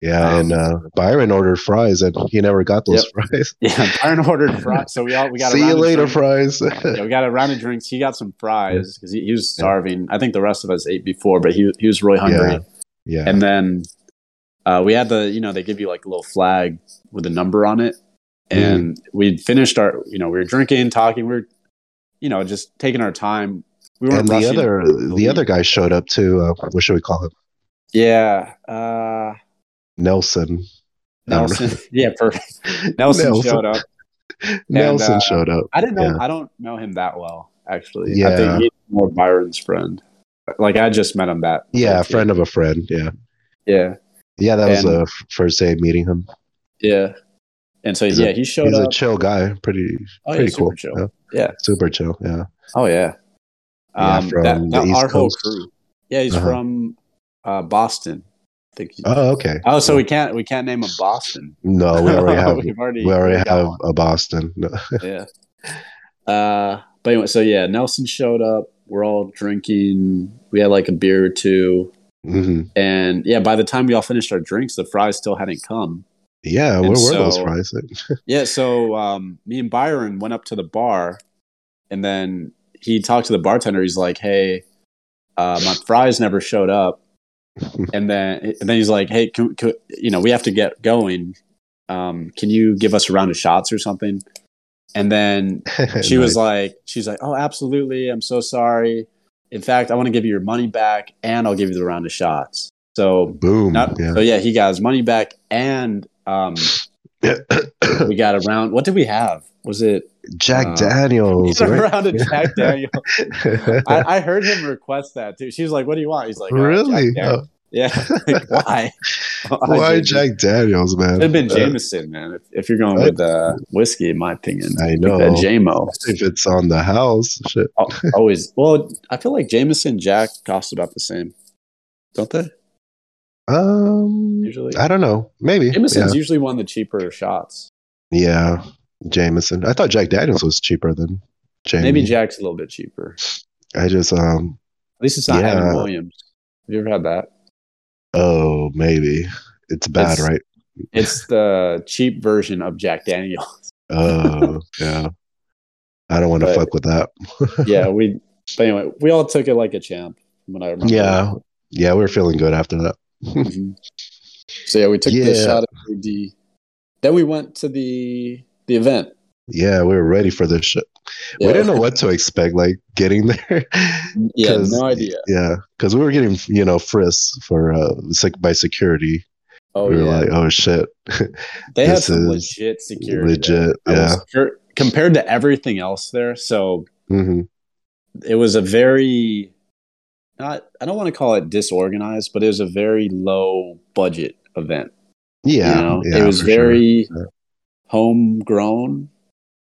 Speaker 1: yeah, um, and uh, Byron ordered fries, and he never got those yep. fries.
Speaker 2: Yeah, Byron ordered fries, so we all we got.
Speaker 1: See you later, fries.
Speaker 2: yeah, we got a round of drinks. He got some fries because he, he, was starving. Yeah. I think the rest of us ate before, but he he was really hungry.
Speaker 1: Yeah, yeah.
Speaker 2: and then uh, we had the you know they give you like a little flag with a number on it,
Speaker 1: Mm-hmm.
Speaker 2: and mm. we finished our you know we were drinking, talking, we were you know just taking our time. We
Speaker 1: weren't. And the other the, lead. other guy showed up too. Uh, what should we call him?
Speaker 2: Yeah. uh,
Speaker 1: Nelson.
Speaker 2: Nelson. yeah, perfect. Nelson, Nelson, showed up.
Speaker 1: And, Nelson uh, showed up.
Speaker 2: I didn't know. Yeah. I don't know him that well, actually. Yeah. I think he's more Byron's friend. Like I just met him that.
Speaker 1: Yeah, friend year. of a friend. Yeah.
Speaker 2: Yeah.
Speaker 1: Yeah, that was the first day meeting him.
Speaker 2: Yeah. And so
Speaker 1: he's
Speaker 2: yeah, a, he showed
Speaker 1: he's
Speaker 2: up.
Speaker 1: a chill guy. Pretty oh, pretty
Speaker 2: yeah,
Speaker 1: cool.
Speaker 2: Chill. Yeah. yeah.
Speaker 1: Super chill. Yeah.
Speaker 2: Oh yeah. Um, yeah, from that, the East Coast. crew. Yeah, he's uh-huh. from uh, Boston.
Speaker 1: He, oh, okay.
Speaker 2: Oh, so yeah. we can't we can't name a Boston.
Speaker 1: No, we already have already, we already have one. a Boston. No.
Speaker 2: yeah. Uh, but anyway, so yeah, Nelson showed up. We're all drinking. We had like a beer or 2
Speaker 1: mm-hmm.
Speaker 2: and yeah, by the time we all finished our drinks, the fries still hadn't come.
Speaker 1: Yeah, and where so, were those fries?
Speaker 2: yeah, so um, me and Byron went up to the bar, and then he talked to the bartender. He's like, "Hey, uh, my fries never showed up." and then and then he's like, "Hey, can, can, you know, we have to get going. Um, can you give us a round of shots or something?" And then she nice. was like, "She's like, oh, absolutely. I'm so sorry. In fact, I want to give you your money back and I'll give you the round of shots. So,
Speaker 1: Boom.
Speaker 2: not,
Speaker 1: yeah.
Speaker 2: so yeah, he got his money back and um, we got a round. What did we have? Was it
Speaker 1: Jack
Speaker 2: Uh,
Speaker 1: Daniels.
Speaker 2: a
Speaker 1: right?
Speaker 2: round of Jack Daniel? I, I heard him request that too. She was like, "What do you want?" He's like, uh, Jack
Speaker 1: really?
Speaker 2: Daniel.
Speaker 1: Oh,
Speaker 2: Yeah. Like, why?
Speaker 1: why
Speaker 2: Jameson?
Speaker 1: Jack Daniels, man?
Speaker 2: It'd have been
Speaker 1: Uh,
Speaker 2: Jameson, man. If, if you're going with uh, whiskey, in my opinion,
Speaker 1: I
Speaker 2: Like
Speaker 1: know.
Speaker 2: that JMO.
Speaker 1: if it's on the house, shit.
Speaker 2: Al- Always. Well, I feel like Jameson and Jack cost about the same, don't they?
Speaker 1: Um,
Speaker 2: Usually.
Speaker 1: I don't know. Maybe. Yeah.
Speaker 2: Jameson's usually one of the cheaper shots.
Speaker 1: yeah. Jameson. I thought Jack Daniels was cheaper than Jamie.
Speaker 2: Maybe Jack's a little bit cheaper.
Speaker 1: I just um.
Speaker 2: At least it's not
Speaker 1: Yeah.
Speaker 2: Evan Williams. Have you ever had that?
Speaker 1: Oh, maybe it's bad,
Speaker 2: It's-
Speaker 1: right?
Speaker 2: It's the cheap version of Jack Daniel.
Speaker 1: Oh, yeah. I don't want to
Speaker 2: But-
Speaker 1: fuck with that.
Speaker 2: yeah, we. But anyway, we all took it like a champ. When I remember.
Speaker 1: Yeah. Yeah, we were feeling good after that.
Speaker 2: Mhm. So yeah, we took the
Speaker 1: Yeah.
Speaker 2: shot at AD. Then we went to the the event.
Speaker 1: Yeah, we were ready for this shit. We
Speaker 2: Yeah.
Speaker 1: didn't know what to expect, like getting there.
Speaker 2: Yeah,
Speaker 1: 'Cause-
Speaker 2: no idea.
Speaker 1: Yeah, because we were getting, you know, frisks for uh, sec- by security.
Speaker 2: Oh
Speaker 1: we were
Speaker 2: yeah,
Speaker 1: like, oh shit,
Speaker 2: they had
Speaker 1: this
Speaker 2: some
Speaker 1: is
Speaker 2: legit security. there.
Speaker 1: legit.
Speaker 2: I was-
Speaker 1: Yeah.
Speaker 2: cur- compared to everything else there, so
Speaker 1: hmm
Speaker 2: it was a very not. I don't want to call it disorganized, but it was a very low budget event. you
Speaker 1: Yeah,
Speaker 2: know?
Speaker 1: yeah,
Speaker 2: it was
Speaker 1: for sure.
Speaker 2: very
Speaker 1: sure.
Speaker 2: homegrown,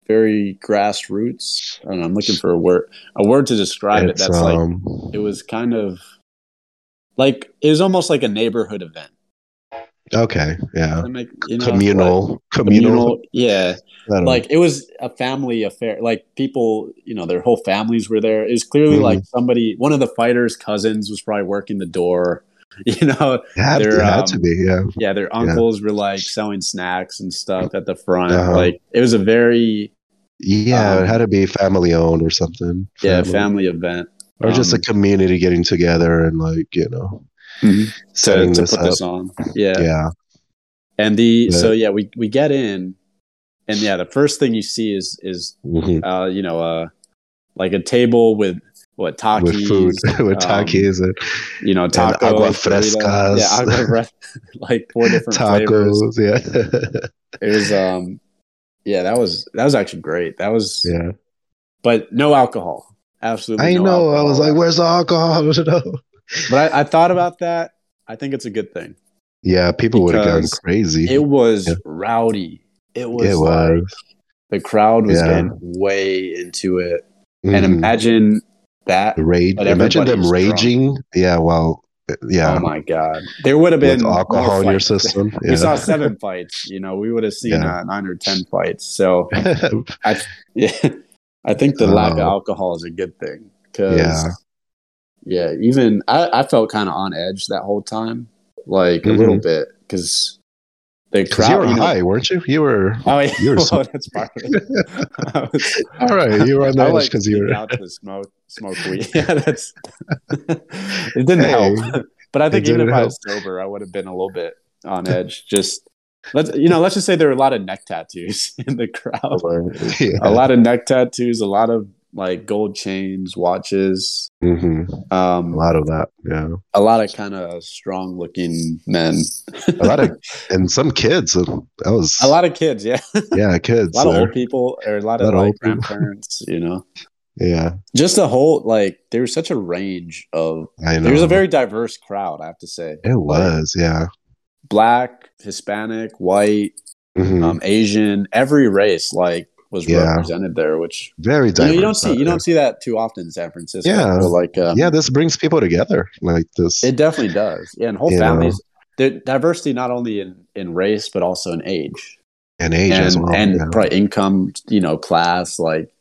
Speaker 2: very grassroots. I don't know, I'm looking for a word a word to describe
Speaker 1: It's,
Speaker 2: it. That's like
Speaker 1: um,
Speaker 2: it was kind of like it was almost like a neighborhood event.
Speaker 1: okay, yeah,
Speaker 2: Does that make- you know, like,
Speaker 1: communal, communal,
Speaker 2: yeah.
Speaker 1: I don't know.
Speaker 2: Like it was a family affair. Like people, you know, their whole families were there. It was clearly
Speaker 1: Mhm.
Speaker 2: like somebody, one of the fighters' cousins was probably working the door. You know,
Speaker 1: It had,
Speaker 2: they're,
Speaker 1: it had
Speaker 2: um,
Speaker 1: to be, yeah,
Speaker 2: yeah, their uncles were like selling snacks and stuff at the front.
Speaker 1: Uh-huh.
Speaker 2: Like it was a very
Speaker 1: yeah,
Speaker 2: um,
Speaker 1: it had to be family owned or something,
Speaker 2: yeah family event.
Speaker 1: or just a
Speaker 2: um,
Speaker 1: community getting together and like you know
Speaker 2: to,
Speaker 1: setting
Speaker 2: Mm-hmm. to
Speaker 1: this
Speaker 2: put
Speaker 1: up.
Speaker 2: this on. Yeah.
Speaker 1: yeah,
Speaker 2: And the
Speaker 1: Yeah.
Speaker 2: so yeah, we we get in, and yeah, the first thing you see is is
Speaker 1: mhm,
Speaker 2: uh, you know uh, like a table with what takis,
Speaker 1: with food, with
Speaker 2: um,
Speaker 1: takis and
Speaker 2: you know, tacos,
Speaker 1: agua
Speaker 2: burritos.
Speaker 1: frescas.
Speaker 2: yeah, agua fres- like four different flavors.
Speaker 1: tacos, yeah,
Speaker 2: It was um, yeah, that was that was actually great. That was,
Speaker 1: yeah.
Speaker 2: but no alcohol, absolutely.
Speaker 1: I
Speaker 2: no
Speaker 1: know. I was
Speaker 2: alcohol.
Speaker 1: like, "Where's the alcohol?" No.
Speaker 2: but I, I thought about that. I think it's a good thing.
Speaker 1: Yeah, people would have gone
Speaker 2: Because
Speaker 1: crazy.
Speaker 2: It was
Speaker 1: Yeah.
Speaker 2: rowdy. It was.
Speaker 1: It
Speaker 2: like- the crowd was
Speaker 1: Yeah.
Speaker 2: getting way into it. and
Speaker 1: Mhm.
Speaker 2: imagine that.
Speaker 1: The rage.
Speaker 2: but
Speaker 1: Imagine them
Speaker 2: everybody's drunk.
Speaker 1: raging. Yeah. Well. Yeah.
Speaker 2: Oh my god, there would have
Speaker 1: with
Speaker 2: been
Speaker 1: alcohol
Speaker 2: more
Speaker 1: in your
Speaker 2: fights.
Speaker 1: system.
Speaker 2: We saw
Speaker 1: Yeah.
Speaker 2: seven fights. You know, we would have seen
Speaker 1: Yeah.
Speaker 2: uh, nine or ten fights. So, I, yeah, I think the lack of
Speaker 1: Oh.
Speaker 2: alcohol is a good thing. Cause,
Speaker 1: Yeah.
Speaker 2: yeah, Even I, I felt kind of on edge that whole time, like a little bit, because the
Speaker 1: Mm-hmm. 'Cause you
Speaker 2: crowd.
Speaker 1: were
Speaker 2: you know-
Speaker 1: high, weren't you? You were.
Speaker 2: Oh, yeah.
Speaker 1: You were
Speaker 2: well,
Speaker 1: so-
Speaker 2: that's part of it. I was-
Speaker 1: All right, you were on the
Speaker 2: I
Speaker 1: edge
Speaker 2: like
Speaker 1: 'cause you
Speaker 2: sneak
Speaker 1: were-
Speaker 2: out to smoke smoke weed. Yeah, that's it didn't
Speaker 1: Hey,
Speaker 2: help. But I think
Speaker 1: it
Speaker 2: even if
Speaker 1: didn't
Speaker 2: I was sober, I would have been a little bit on edge. Just let's you know, let's just say there were a lot of neck tattoos in the crowd.
Speaker 1: Yeah.
Speaker 2: A lot of neck tattoos, a lot of like gold chains, watches,
Speaker 1: Mhm. A
Speaker 2: um,
Speaker 1: lot of that. Yeah.
Speaker 2: a lot of kind of strong looking men.
Speaker 1: A lot of and some kids. That was.
Speaker 2: a lot of kids, yeah.
Speaker 1: Yeah, kids.
Speaker 2: A lot of
Speaker 1: there.
Speaker 2: old people or a lot
Speaker 1: A lot of
Speaker 2: of like
Speaker 1: old people.
Speaker 2: grandparents, you know.
Speaker 1: Yeah.
Speaker 2: Just the whole like there's such a range of
Speaker 1: I know.
Speaker 2: There's a very diverse crowd, I have to say.
Speaker 1: It was. Yeah.
Speaker 2: Black, Hispanic, white,
Speaker 1: Mhm.
Speaker 2: um, Asian, every race like was
Speaker 1: Yeah.
Speaker 2: represented there, which
Speaker 1: very
Speaker 2: you, know,
Speaker 1: diverse.
Speaker 2: you don't see.
Speaker 1: out
Speaker 2: You
Speaker 1: there.
Speaker 2: don't see that too often in San Francisco.
Speaker 1: Yeah.
Speaker 2: So, like um,
Speaker 1: yeah, this brings people together. Like this.
Speaker 2: it definitely does. Yeah, and whole
Speaker 1: You know.
Speaker 2: families. The diversity not only in in race but also in age
Speaker 1: and age
Speaker 2: and
Speaker 1: as well.
Speaker 2: and
Speaker 1: yeah.
Speaker 2: probably income. You know, class like.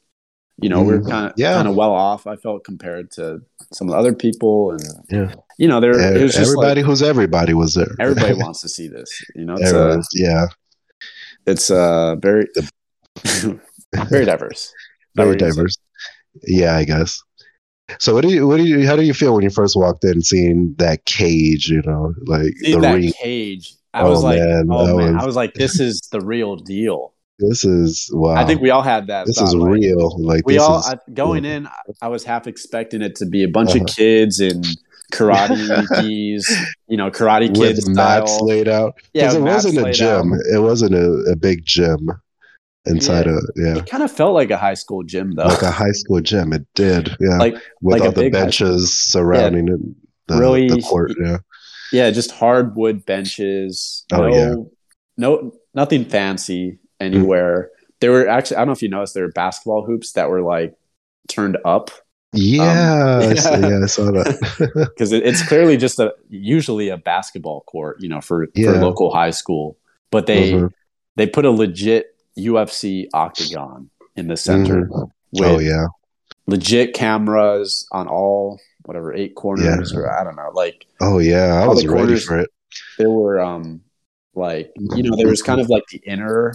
Speaker 2: You know, we're
Speaker 1: Mhm.
Speaker 2: kind of
Speaker 1: Yeah.
Speaker 2: kind of well off. I felt compared to some of the other people, and
Speaker 1: Yeah.
Speaker 2: you know, there
Speaker 1: E-
Speaker 2: it was just
Speaker 1: everybody
Speaker 2: like,
Speaker 1: who's everybody was there.
Speaker 2: everybody wants to see this. You know, it's a,
Speaker 1: Everyone- yeah,
Speaker 2: it's uh very very diverse
Speaker 1: very
Speaker 2: Is that what you're
Speaker 1: diverse. Yeah, I guess. So what do you? What do you? How do you feel when you first walked in, seeing that cage? You know, like
Speaker 2: saying?
Speaker 1: the
Speaker 2: that
Speaker 1: ring.
Speaker 2: cage i
Speaker 1: Oh,
Speaker 2: was like
Speaker 1: man,
Speaker 2: oh
Speaker 1: that
Speaker 2: man
Speaker 1: was-
Speaker 2: i was like this is the real deal
Speaker 1: This is wow.
Speaker 2: I think we all had that.
Speaker 1: this
Speaker 2: thought,
Speaker 1: is
Speaker 2: like,
Speaker 1: real. Like
Speaker 2: We
Speaker 1: this
Speaker 2: all
Speaker 1: is-
Speaker 2: I, going in. I- I was half expecting it to be a bunch
Speaker 1: Uh-huh.
Speaker 2: of kids in karate keys, you know, karate
Speaker 1: with
Speaker 2: kids
Speaker 1: mats
Speaker 2: style.
Speaker 1: laid out.
Speaker 2: Yeah,
Speaker 1: Because it
Speaker 2: mats
Speaker 1: wasn't a
Speaker 2: laid
Speaker 1: gym.
Speaker 2: out.
Speaker 1: It wasn't a, a big gym inside
Speaker 2: Yeah.
Speaker 1: a yeah.
Speaker 2: It kind of felt like a high school gym, though.
Speaker 1: Like a high school gym. It did. Yeah.
Speaker 2: Like-
Speaker 1: With
Speaker 2: like a
Speaker 1: all the
Speaker 2: big high-
Speaker 1: benches surrounding it. The,
Speaker 2: Really- Um,
Speaker 1: the court, yeah.
Speaker 2: yeah, just hardwood benches.
Speaker 1: Oh,
Speaker 2: no,
Speaker 1: yeah.
Speaker 2: no, nothing fancy anywhere. There were actually, I don't know if you noticed, there were basketball hoops that were like turned up
Speaker 1: Yeah, I saw-
Speaker 2: yeah.
Speaker 1: yeah, I saw that.
Speaker 2: because it, it's clearly just a usually a basketball court, you know, for for
Speaker 1: Yeah.
Speaker 2: local high school. But they
Speaker 1: Mhm.
Speaker 2: they put a legit UFC octagon in the center with
Speaker 1: oh yeah,
Speaker 2: legit cameras on all whatever eight corners or I don't know, like
Speaker 1: oh yeah. I
Speaker 2: All
Speaker 1: was
Speaker 2: the
Speaker 1: ready
Speaker 2: corners-
Speaker 1: for it.
Speaker 2: there were um like you know there was kind of like the inner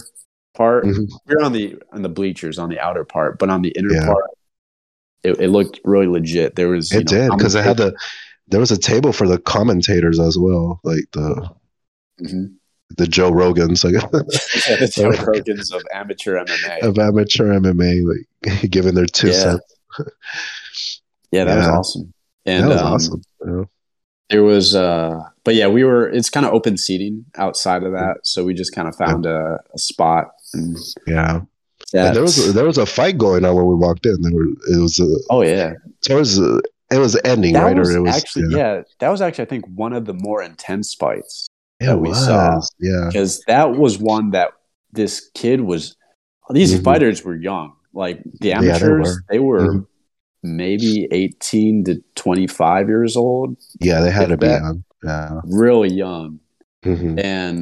Speaker 2: part
Speaker 1: Mhm.
Speaker 2: we were on the on the bleachers on the outer part but on the inner
Speaker 1: Yeah.
Speaker 2: part it, it looked really legit there was you
Speaker 1: It
Speaker 2: know,
Speaker 1: did because it had
Speaker 2: commentators-
Speaker 1: the. There was a table for the commentators as well, like the
Speaker 2: Mhm.
Speaker 1: the Joe Rogans like,
Speaker 2: yeah, the Joe Rogans of amateur MMA
Speaker 1: of amateur MMA, like giving their two
Speaker 2: Yeah.
Speaker 1: cents.
Speaker 2: yeah that was
Speaker 1: Yeah.
Speaker 2: awesome and
Speaker 1: that was
Speaker 2: um,
Speaker 1: awesome. Yeah.
Speaker 2: there was uh but yeah we were it's kind of open seating outside of that so we just kind of found a, a spot and
Speaker 1: Yeah,
Speaker 2: that,
Speaker 1: and there was there was a fight going on when we walked in. There were it was uh,
Speaker 2: oh yeah
Speaker 1: towards uh, it was ending
Speaker 2: that
Speaker 1: right
Speaker 2: was
Speaker 1: or it was
Speaker 2: actually yeah. that was actually i think one of the more intense fights
Speaker 1: yeah,
Speaker 2: that
Speaker 1: it
Speaker 2: we saw.
Speaker 1: was, yeah
Speaker 2: because that was one that this kid was these
Speaker 1: Mhm.
Speaker 2: fighters were young like the
Speaker 1: Yeah, they
Speaker 2: amateurs they were,
Speaker 1: Mhm.
Speaker 2: maybe 18 to 25 years old
Speaker 1: yeah they had
Speaker 2: If
Speaker 1: to be
Speaker 2: that-
Speaker 1: on yeah
Speaker 2: really young Mm-hmm.
Speaker 1: Mhm.
Speaker 2: and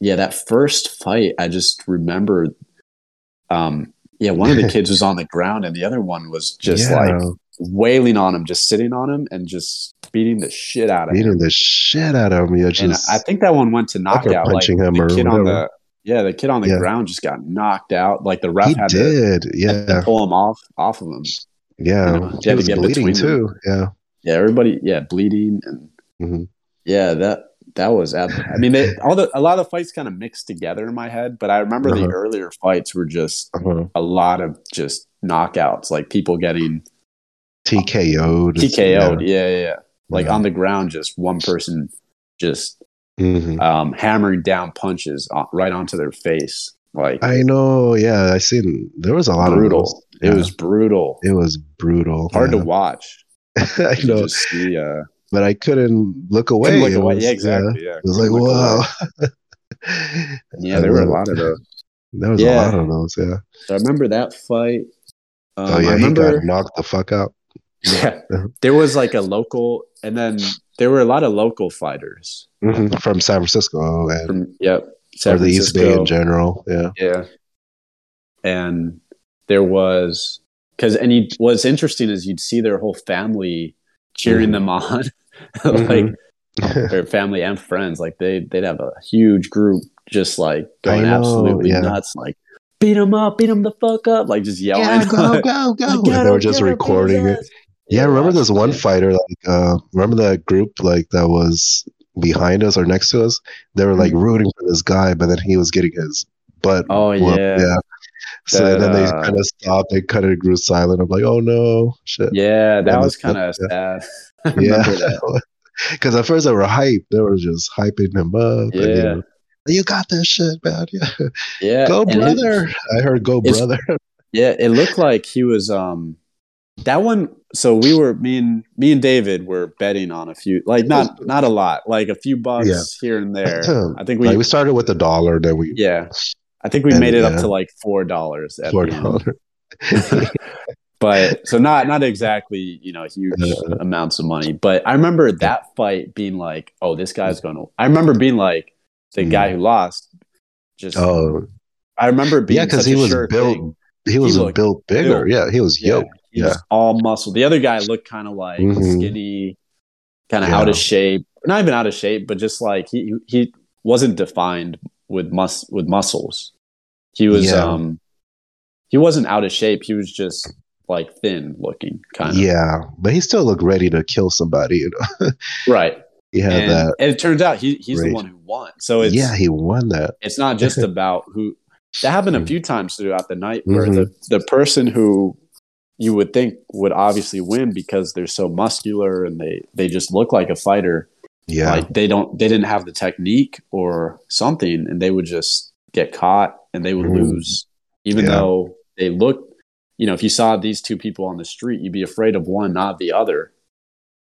Speaker 2: yeah that first fight i just remember um yeah one of the kids was on the ground and the other one was just
Speaker 1: Yeah.
Speaker 2: like wailing on him just sitting on him and just beating the shit out of him
Speaker 1: beating the shit out of him. Yeah,
Speaker 2: And
Speaker 1: just
Speaker 2: I think that one went to
Speaker 1: upper
Speaker 2: knockout. Like
Speaker 1: punching him
Speaker 2: the
Speaker 1: or
Speaker 2: kid on
Speaker 1: whatever.
Speaker 2: the yeah, the kid on the
Speaker 1: Yeah.
Speaker 2: ground just got knocked out. Like the ref
Speaker 1: he
Speaker 2: had to,
Speaker 1: did.
Speaker 2: had to
Speaker 1: yeah,
Speaker 2: pull him off off of him.
Speaker 1: yeah.
Speaker 2: you know, he
Speaker 1: he
Speaker 2: had to
Speaker 1: was
Speaker 2: get
Speaker 1: bleeding
Speaker 2: between them.
Speaker 1: too. Yeah,
Speaker 2: Yeah, everybody. Yeah, bleeding and
Speaker 1: Mhm.
Speaker 2: yeah, that that was. ab- I mean, they, all the a lot of fights kind of mixed together in my head, but I remember the
Speaker 1: Uh-huh.
Speaker 2: earlier fights were just
Speaker 1: Uh-huh.
Speaker 2: a lot of just knockouts, like people getting
Speaker 1: TKO'd.
Speaker 2: TKO'd. Yeah, yeah, yeah. like on the ground, just one person just
Speaker 1: Mhm.
Speaker 2: um, hammering down punches on, right onto their face, like.
Speaker 1: I know. Yeah, I seen. There was a lot
Speaker 2: brutal.
Speaker 1: of those.
Speaker 2: It
Speaker 1: Yeah.
Speaker 2: was brutal.
Speaker 1: It was brutal.
Speaker 2: Hard
Speaker 1: yeah.
Speaker 2: to watch.
Speaker 1: I
Speaker 2: You
Speaker 1: know,
Speaker 2: just see, uh,
Speaker 1: but I couldn't look away.
Speaker 2: couldn't look
Speaker 1: It
Speaker 2: away.
Speaker 1: was-
Speaker 2: yeah, exactly. Yeah,
Speaker 1: It was like
Speaker 2: Couldn't look
Speaker 1: wow.
Speaker 2: away. Yeah, there were a lot of those.
Speaker 1: There was a
Speaker 2: Yeah.
Speaker 1: lot of those. Yeah.
Speaker 2: So I remember that fight. Um,
Speaker 1: oh yeah, he
Speaker 2: I remember.
Speaker 1: got knocked the fuck out.
Speaker 2: Yeah, there was like a local, and then there were a lot of local fighters
Speaker 1: Mhm. From San Francisco and
Speaker 2: from yep, San
Speaker 1: or the East Bay
Speaker 2: Francisco.
Speaker 1: in general. Yeah.
Speaker 2: Yeah. And there was because and you, what's interesting is you'd see their whole family cheering
Speaker 1: Mhm.
Speaker 2: them on,
Speaker 1: Mhm.
Speaker 2: like their family and friends. Like they they'd have a huge group just like
Speaker 1: I
Speaker 2: going
Speaker 1: know,
Speaker 2: absolutely
Speaker 1: yeah.
Speaker 2: nuts, like beat them up, beat them the fuck up, like just yelling.
Speaker 1: go, go,
Speaker 2: Like,
Speaker 1: They
Speaker 2: "Get
Speaker 1: were
Speaker 2: him,
Speaker 1: just
Speaker 2: get him, beat
Speaker 1: recording
Speaker 2: his
Speaker 1: it.
Speaker 2: ass."
Speaker 1: Yeah, remember this one
Speaker 2: yeah.
Speaker 1: fighter? Like, uh, remember that group like that was behind us or next to us? They were like rooting for this guy, but then he was getting his butt.
Speaker 2: Mm-hmm. Oh
Speaker 1: whooped.
Speaker 2: yeah. yeah.
Speaker 1: So
Speaker 2: That,
Speaker 1: then they
Speaker 2: uh,
Speaker 1: kind of stopped. They kind of grew silent. I'm like, oh no, shit.
Speaker 2: that
Speaker 1: Yeah, that's-
Speaker 2: was kind of sad. I
Speaker 1: Yeah.
Speaker 2: remember that.
Speaker 1: Because at first they were hyped. They were just hyping him up. and, you
Speaker 2: Yeah.
Speaker 1: know, you got this shit, man. Yeah.
Speaker 2: Yeah,
Speaker 1: Go,
Speaker 2: and it-
Speaker 1: brother. I heard go,
Speaker 2: it's-
Speaker 1: brother.
Speaker 2: Yeah, it looked like he was um that one so we were me and me and David were betting on a few like not not a lot, like a few bucks
Speaker 1: Yeah.
Speaker 2: here and there. I think we
Speaker 1: like, we started with a dollar, then we
Speaker 2: yeah. I think we
Speaker 1: And,
Speaker 2: made it up
Speaker 1: yeah.
Speaker 2: to like four dollars at
Speaker 1: four
Speaker 2: the end.
Speaker 1: dollar.
Speaker 2: But so not not exactly, you know, huge
Speaker 1: Yeah.
Speaker 2: amounts of money. But I remember that fight being like, Oh, this guy's gonna I remember being like the
Speaker 1: Mm.
Speaker 2: guy who lost just
Speaker 1: Oh,
Speaker 2: I remember being
Speaker 1: yeah, because
Speaker 2: such
Speaker 1: he
Speaker 2: a
Speaker 1: was
Speaker 2: sure
Speaker 1: built.
Speaker 2: thing.
Speaker 1: He was
Speaker 2: looked
Speaker 1: built bigger.
Speaker 2: built.
Speaker 1: Yeah, he was
Speaker 2: Yeah.
Speaker 1: yoked.
Speaker 2: He was all muscle. The other guy looked kind of like
Speaker 1: Mhm.
Speaker 2: skinny, kind of
Speaker 1: Yeah.
Speaker 2: out of shape. Not even out of shape, but just like he he wasn't defined with mus with muscles. He was
Speaker 1: Yeah.
Speaker 2: um he wasn't out of shape. He was just like thin looking kind of.
Speaker 1: Yeah, but he still looked ready to kill somebody. You know,
Speaker 2: Right.
Speaker 1: he had
Speaker 2: And,
Speaker 1: that.
Speaker 2: and it turns out he he's the
Speaker 1: Right.
Speaker 2: one who won. So it's
Speaker 1: yeah, he won that.
Speaker 2: it's not just about who That happened
Speaker 1: Hmm.
Speaker 2: a few times throughout the night where the,
Speaker 1: Mm-hmm.
Speaker 2: the person who you would think would obviously win because they're so muscular and they, they just look like a fighter.
Speaker 1: Yeah.
Speaker 2: Like they don't they didn't have the technique or something and they would just get caught and they would
Speaker 1: Mhm.
Speaker 2: lose. Even
Speaker 1: Yeah.
Speaker 2: though they looked you know, if you saw these two people on the street, you'd be afraid of one, not the other.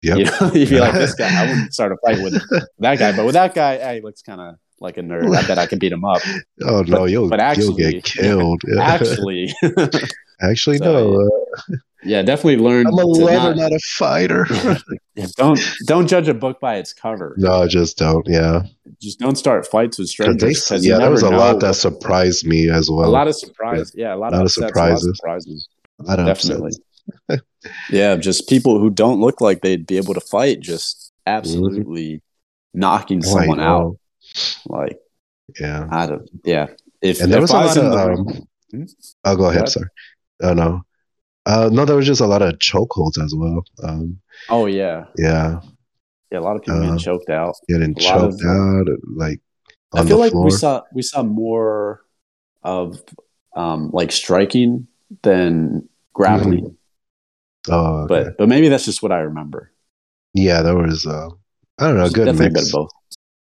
Speaker 1: Yep.
Speaker 2: You know, you'd be like, this guy, I wouldn't start a fight with that guy. But with that guy, hey, he looks kind of like a nerd. I bet I can beat him up.
Speaker 1: oh no, you'll,
Speaker 2: but
Speaker 1: you'll
Speaker 2: actually-
Speaker 1: get killed.
Speaker 2: Actually,
Speaker 1: actually,
Speaker 2: So,
Speaker 1: no. uh,
Speaker 2: yeah, definitely learn.
Speaker 1: I'm a
Speaker 2: to
Speaker 1: lover,
Speaker 2: not-
Speaker 1: not a fighter.
Speaker 2: Yeah, don't don't judge a book by its cover.
Speaker 1: no, just don't. Yeah.
Speaker 2: Just don't start fights with
Speaker 1: 'Cause
Speaker 2: strangers.
Speaker 1: they-
Speaker 2: 'cause you
Speaker 1: yeah, there
Speaker 2: never
Speaker 1: was a
Speaker 2: know.
Speaker 1: lot that surprised me as well.
Speaker 2: a lot of surprise. Yeah, a lot,
Speaker 1: Lot
Speaker 2: of,
Speaker 1: of
Speaker 2: upsets, a lot of
Speaker 1: surprises.
Speaker 2: surprises.
Speaker 1: A lot of upsets.
Speaker 2: Definitely. yeah, just people who don't look like they'd be able to fight, just
Speaker 1: Mm-hmm.
Speaker 2: absolutely knocking
Speaker 1: Oh, I
Speaker 2: someone out.
Speaker 1: know.
Speaker 2: Like
Speaker 1: Yeah.
Speaker 2: I don't. Yeah, if
Speaker 1: And there was
Speaker 2: if
Speaker 1: a
Speaker 2: I
Speaker 1: lot
Speaker 2: in
Speaker 1: of.
Speaker 2: the-
Speaker 1: Um,
Speaker 2: Hmm?
Speaker 1: I'll go ahead.
Speaker 2: What?
Speaker 1: Sorry. Oh no. Uh, no, there was just a lot of chokeholds as well. Um,
Speaker 2: oh yeah,
Speaker 1: yeah,
Speaker 2: yeah, a lot of people
Speaker 1: Uh,
Speaker 2: getting choked out.
Speaker 1: getting
Speaker 2: A lot of-
Speaker 1: choked out, like on
Speaker 2: I feel
Speaker 1: the
Speaker 2: like
Speaker 1: floor.
Speaker 2: we saw we saw more of um, like striking than grappling,
Speaker 1: Oh, Mm-hmm. okay.
Speaker 2: but but maybe that's just what I remember.
Speaker 1: yeah, there was. Uh, I don't know, a good
Speaker 2: Definitely a bit
Speaker 1: mix.
Speaker 2: of both.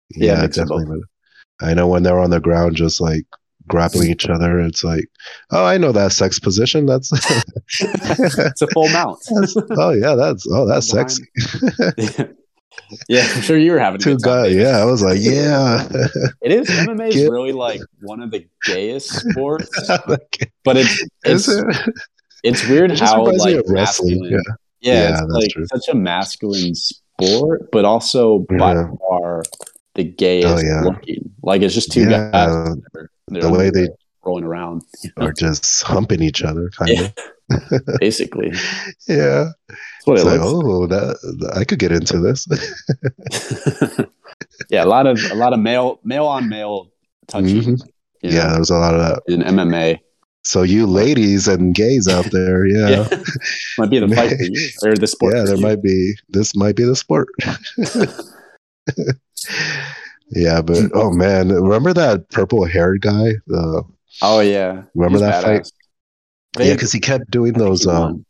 Speaker 1: Yeah,
Speaker 2: Yeah, mix of
Speaker 1: definitely. I know when they're on the ground, just like grappling each other, it's like, oh, I know that sex position. That's,
Speaker 2: It's a full mount.
Speaker 1: that's- oh yeah, that's oh that's
Speaker 2: Behind-
Speaker 1: sexy.
Speaker 2: yeah, I'm sure you were having a
Speaker 1: Two
Speaker 2: good time.
Speaker 1: guys.
Speaker 2: David.
Speaker 1: Yeah, I was like, yeah.
Speaker 2: It is MMA is
Speaker 1: Get-
Speaker 2: really like one of the gayest sports, but it's
Speaker 1: Is
Speaker 2: it's
Speaker 1: it?
Speaker 2: it's weird
Speaker 1: It just
Speaker 2: how
Speaker 1: reminds me
Speaker 2: like
Speaker 1: of wrestling,
Speaker 2: masculine. Yeah,
Speaker 1: Yeah,
Speaker 2: it's
Speaker 1: that's
Speaker 2: like
Speaker 1: true.
Speaker 2: such a masculine sport, but also by
Speaker 1: Yeah.
Speaker 2: far the gayest
Speaker 1: Oh, yeah.
Speaker 2: looking. Like it's just two
Speaker 1: Yeah.
Speaker 2: guys. They're
Speaker 1: The way they-
Speaker 2: rolling around, you know,
Speaker 1: or just humping each other, kind
Speaker 2: Yeah.
Speaker 1: of.
Speaker 2: basically. That's
Speaker 1: Yeah,
Speaker 2: what
Speaker 1: it's
Speaker 2: it
Speaker 1: like,
Speaker 2: looks.
Speaker 1: oh, that I could get into this.
Speaker 2: yeah, a lot of a lot of male male on male touching.
Speaker 1: Mhm.
Speaker 2: you
Speaker 1: yeah,
Speaker 2: know,
Speaker 1: there was a lot of that.
Speaker 2: in MMA.
Speaker 1: So you ladies and gays out there, yeah, yeah,
Speaker 2: might be the fight for you or the sport. for
Speaker 1: there
Speaker 2: you.
Speaker 1: might be this might be the sport. yeah, but oh man, remember that purple haired guy? The
Speaker 2: Oh yeah,
Speaker 1: Remember
Speaker 2: He's
Speaker 1: that fight?
Speaker 2: badass.
Speaker 1: yeah,
Speaker 2: Vague-
Speaker 1: because he kept doing
Speaker 2: I think
Speaker 1: those.
Speaker 2: he won.
Speaker 1: um,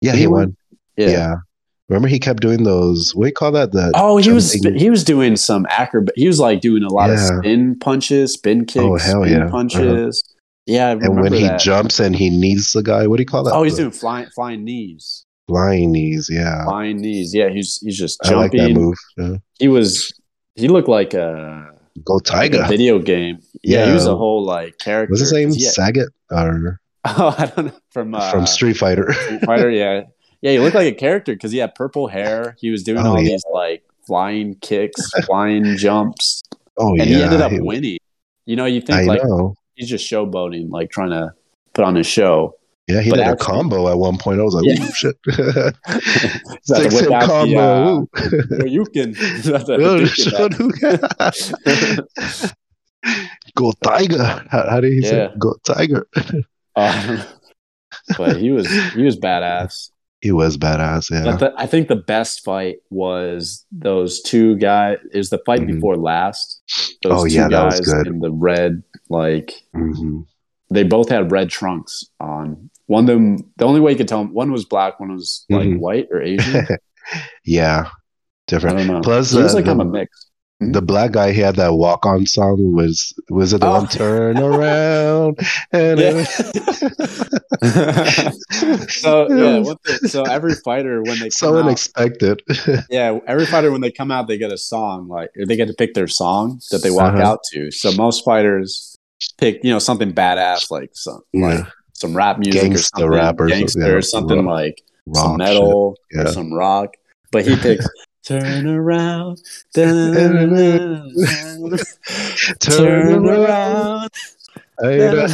Speaker 1: yeah,
Speaker 2: Did
Speaker 1: he
Speaker 2: he
Speaker 1: won.
Speaker 2: win?
Speaker 1: Yeah. remember he kept doing those. What do you call that? The
Speaker 2: Oh, he was
Speaker 1: Jumping.
Speaker 2: he was doing some acrobat. He was like doing a lot
Speaker 1: Yeah.
Speaker 2: of spin punches, spin kicks,
Speaker 1: Oh, hell
Speaker 2: spin
Speaker 1: yeah.
Speaker 2: punches. Yeah, I
Speaker 1: and
Speaker 2: remember
Speaker 1: when
Speaker 2: that.
Speaker 1: he uh, jumps and he knees the guy. What do you call that?
Speaker 2: oh, he's
Speaker 1: The
Speaker 2: doing flying flying knees,
Speaker 1: flying knees. Yeah,
Speaker 2: flying knees. Yeah, he's he's just
Speaker 1: uh, I like
Speaker 2: jumping.
Speaker 1: that move. Yeah.
Speaker 2: He was he looked like a,
Speaker 1: Go
Speaker 2: like a
Speaker 1: Tiger.
Speaker 2: video game. Yeah,
Speaker 1: Yeah.
Speaker 2: he was a whole like character.
Speaker 1: What's his name?
Speaker 2: Yeah.
Speaker 1: Saget or
Speaker 2: Oh, I don't know from uh,
Speaker 1: from Street Fighter?
Speaker 2: Street Fighter. Yeah, yeah, he looked like a character because he had purple hair. He was doing
Speaker 1: Oh,
Speaker 2: all
Speaker 1: yeah.
Speaker 2: these like flying kicks, flying jumps.
Speaker 1: Oh yeah,
Speaker 2: and he ended up winning. You know, you think
Speaker 1: I
Speaker 2: like
Speaker 1: know.
Speaker 2: he's just showboating, like trying to put on a show.
Speaker 1: Yeah, he
Speaker 2: but
Speaker 1: did a
Speaker 2: actually-
Speaker 1: combo at one point. I was like,
Speaker 2: Yeah.
Speaker 1: "Ooh, shit!"
Speaker 2: He's about to
Speaker 1: Six
Speaker 2: whip
Speaker 1: hip
Speaker 2: out the, uh,
Speaker 1: combo.
Speaker 2: Hadouken. He's about to Hadouken that.
Speaker 1: Ooh. Go tiger! How, how did he say?
Speaker 2: Yeah.
Speaker 1: Go tiger!
Speaker 2: Uh, but he was he was badass.
Speaker 1: He was badass. Yeah,
Speaker 2: But the, I think the best fight was those two guys. Is the fight
Speaker 1: Mhm.
Speaker 2: before last? Those
Speaker 1: Oh,
Speaker 2: two
Speaker 1: yeah, that was
Speaker 2: guys
Speaker 1: good.
Speaker 2: in the red like
Speaker 1: hmm
Speaker 2: they both had red trunks on. One of them, the only way you could tell, one was black, one was like
Speaker 1: Mhm.
Speaker 2: white or Asian.
Speaker 1: yeah,
Speaker 2: I
Speaker 1: different.
Speaker 2: don't know.
Speaker 1: Plus,
Speaker 2: Seems
Speaker 1: uh,
Speaker 2: like
Speaker 1: the-
Speaker 2: I'm a mix.
Speaker 1: The black guy he had that walk on song was was it the
Speaker 2: Oh.
Speaker 1: one turn around and
Speaker 2: Yeah. so
Speaker 1: It
Speaker 2: yeah,
Speaker 1: was
Speaker 2: what the, so every fighter when they
Speaker 1: so
Speaker 2: come out,
Speaker 1: unexpected.
Speaker 2: yeah, every fighter when they come out, they get a song like or they get to pick their song that they walk
Speaker 1: Uh-huh.
Speaker 2: out to. So most fighters pick you know something badass like some
Speaker 1: Yeah.
Speaker 2: like some rap music or
Speaker 1: Gangsta
Speaker 2: something,
Speaker 1: rap or
Speaker 2: gangster
Speaker 1: something, yeah,
Speaker 2: or something
Speaker 1: rock-
Speaker 2: like
Speaker 1: Rock
Speaker 2: some metal
Speaker 1: shit, yeah.
Speaker 2: or some rock. But he picks turn around,
Speaker 1: shit.
Speaker 2: turn around.
Speaker 1: I,
Speaker 2: Yeah.
Speaker 1: know.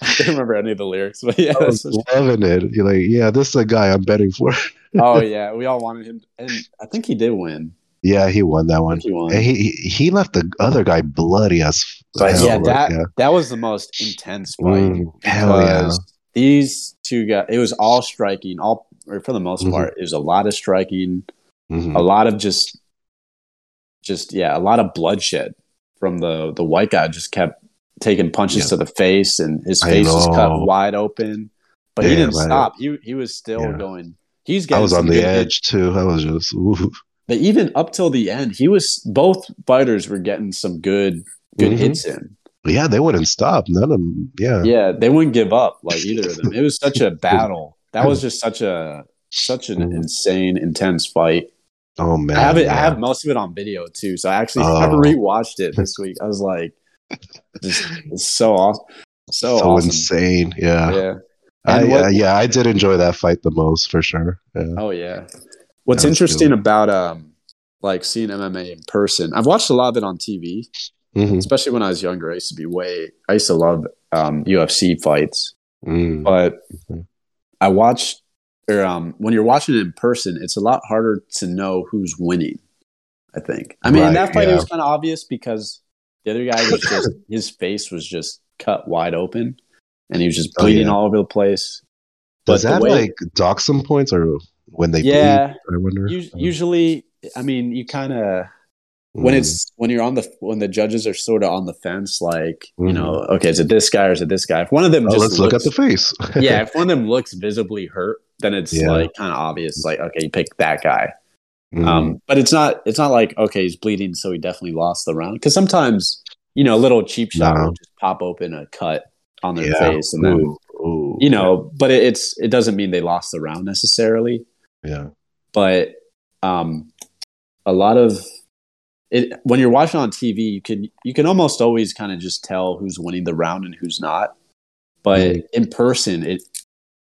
Speaker 2: I don't remember any of the lyrics, but yeah,
Speaker 1: I
Speaker 2: that's
Speaker 1: was
Speaker 2: what
Speaker 1: loving it. You're like, yeah, this is a guy I'm betting for.
Speaker 2: oh yeah, we all wanted him, and I think he did win.
Speaker 1: Yeah, he won that
Speaker 2: I
Speaker 1: one.
Speaker 2: think he won.
Speaker 1: And he he- he left the other guy bloody as
Speaker 2: Mm. but
Speaker 1: hell.
Speaker 2: yeah,
Speaker 1: like,
Speaker 2: that
Speaker 1: yeah.
Speaker 2: that was the most intense fight.
Speaker 1: Mm, hell yeah.
Speaker 2: because These two guys, it was all striking, all or for the most
Speaker 1: Mhm.
Speaker 2: part, it was a lot of striking,
Speaker 1: Mhm.
Speaker 2: a lot of just, just yeah, a lot of bloodshed from the the white guy. Just kept taking punches
Speaker 1: Yeah.
Speaker 2: to the face, and his
Speaker 1: I
Speaker 2: face was cut
Speaker 1: know.
Speaker 2: wide open. But he
Speaker 1: Yeah,
Speaker 2: didn't
Speaker 1: right.
Speaker 2: stop. He he was still
Speaker 1: Yeah.
Speaker 2: going. He's
Speaker 1: I
Speaker 2: getting
Speaker 1: was on
Speaker 2: some
Speaker 1: the
Speaker 2: good hits.
Speaker 1: edge too. I was just ooh.
Speaker 2: But even up till the end, he was both fighters were getting some good good
Speaker 1: Mhm.
Speaker 2: hits in.
Speaker 1: yeah, they wouldn't stop. None of them. Yeah,
Speaker 2: Yeah, they wouldn't give up like either of them. It was such a battle. That was just such a such an
Speaker 1: Mhm.
Speaker 2: insane, intense fight.
Speaker 1: Oh man,
Speaker 2: I have it. I
Speaker 1: yeah.
Speaker 2: have most of it on video too. So I actually
Speaker 1: Oh.
Speaker 2: I rewatched it this week. I was like, this is so awesome, so,
Speaker 1: so
Speaker 2: awesome.
Speaker 1: insane. Yeah,
Speaker 2: Yeah.
Speaker 1: I,
Speaker 2: And what-
Speaker 1: uh, yeah, I did enjoy that fight the most for sure. Yeah.
Speaker 2: Oh yeah. What's
Speaker 1: That was
Speaker 2: interesting about um like seeing MMA in person? I've watched a lot of it on TV.
Speaker 1: Mhm.
Speaker 2: especially when I was younger. I used to be way. I used to love um, UFC fights,
Speaker 1: Mm.
Speaker 2: but
Speaker 1: Mhm.
Speaker 2: I watched. Or um, when you're watching it in person, it's a lot harder to know who's winning. I think. I mean, in
Speaker 1: Right,
Speaker 2: that fight, it
Speaker 1: yeah.
Speaker 2: was kind of obvious because the other guy was just his face was just cut wide open, and he was just
Speaker 1: Oh,
Speaker 2: bleeding
Speaker 1: yeah.
Speaker 2: all over the place.
Speaker 1: Does
Speaker 2: but the
Speaker 1: that
Speaker 2: way-
Speaker 1: like dock some points or when they
Speaker 2: yeah,
Speaker 1: bleed? I wonder.
Speaker 2: us- usually, I mean, you kind of when
Speaker 1: Mm.
Speaker 2: it's when you're on the when the judges are sort of on the fence, like you
Speaker 1: Mhm.
Speaker 2: know, okay, is it this guy or is it this guy? If one of them
Speaker 1: Oh,
Speaker 2: just
Speaker 1: let's
Speaker 2: looks,
Speaker 1: look at the face.
Speaker 2: yeah, if one of them looks visibly hurt, then it's
Speaker 1: Yeah.
Speaker 2: like kind of obvious, like okay, you pick that guy.
Speaker 1: Mm.
Speaker 2: Um, but it's not it's not like okay, he's bleeding, so he definitely lost the round. Because sometimes you know, a little cheap shot
Speaker 1: No.
Speaker 2: will just pop open a cut on their
Speaker 1: Yeah.
Speaker 2: face, and then
Speaker 1: Ooh, ooh.
Speaker 2: you know, but it, it's it doesn't mean they lost the round necessarily
Speaker 1: yeah.
Speaker 2: but um, a lot of it when you're watching on TV, you can you can almost always kind of just tell who's winning the round and who's not. But
Speaker 1: Mhm.
Speaker 2: in person, it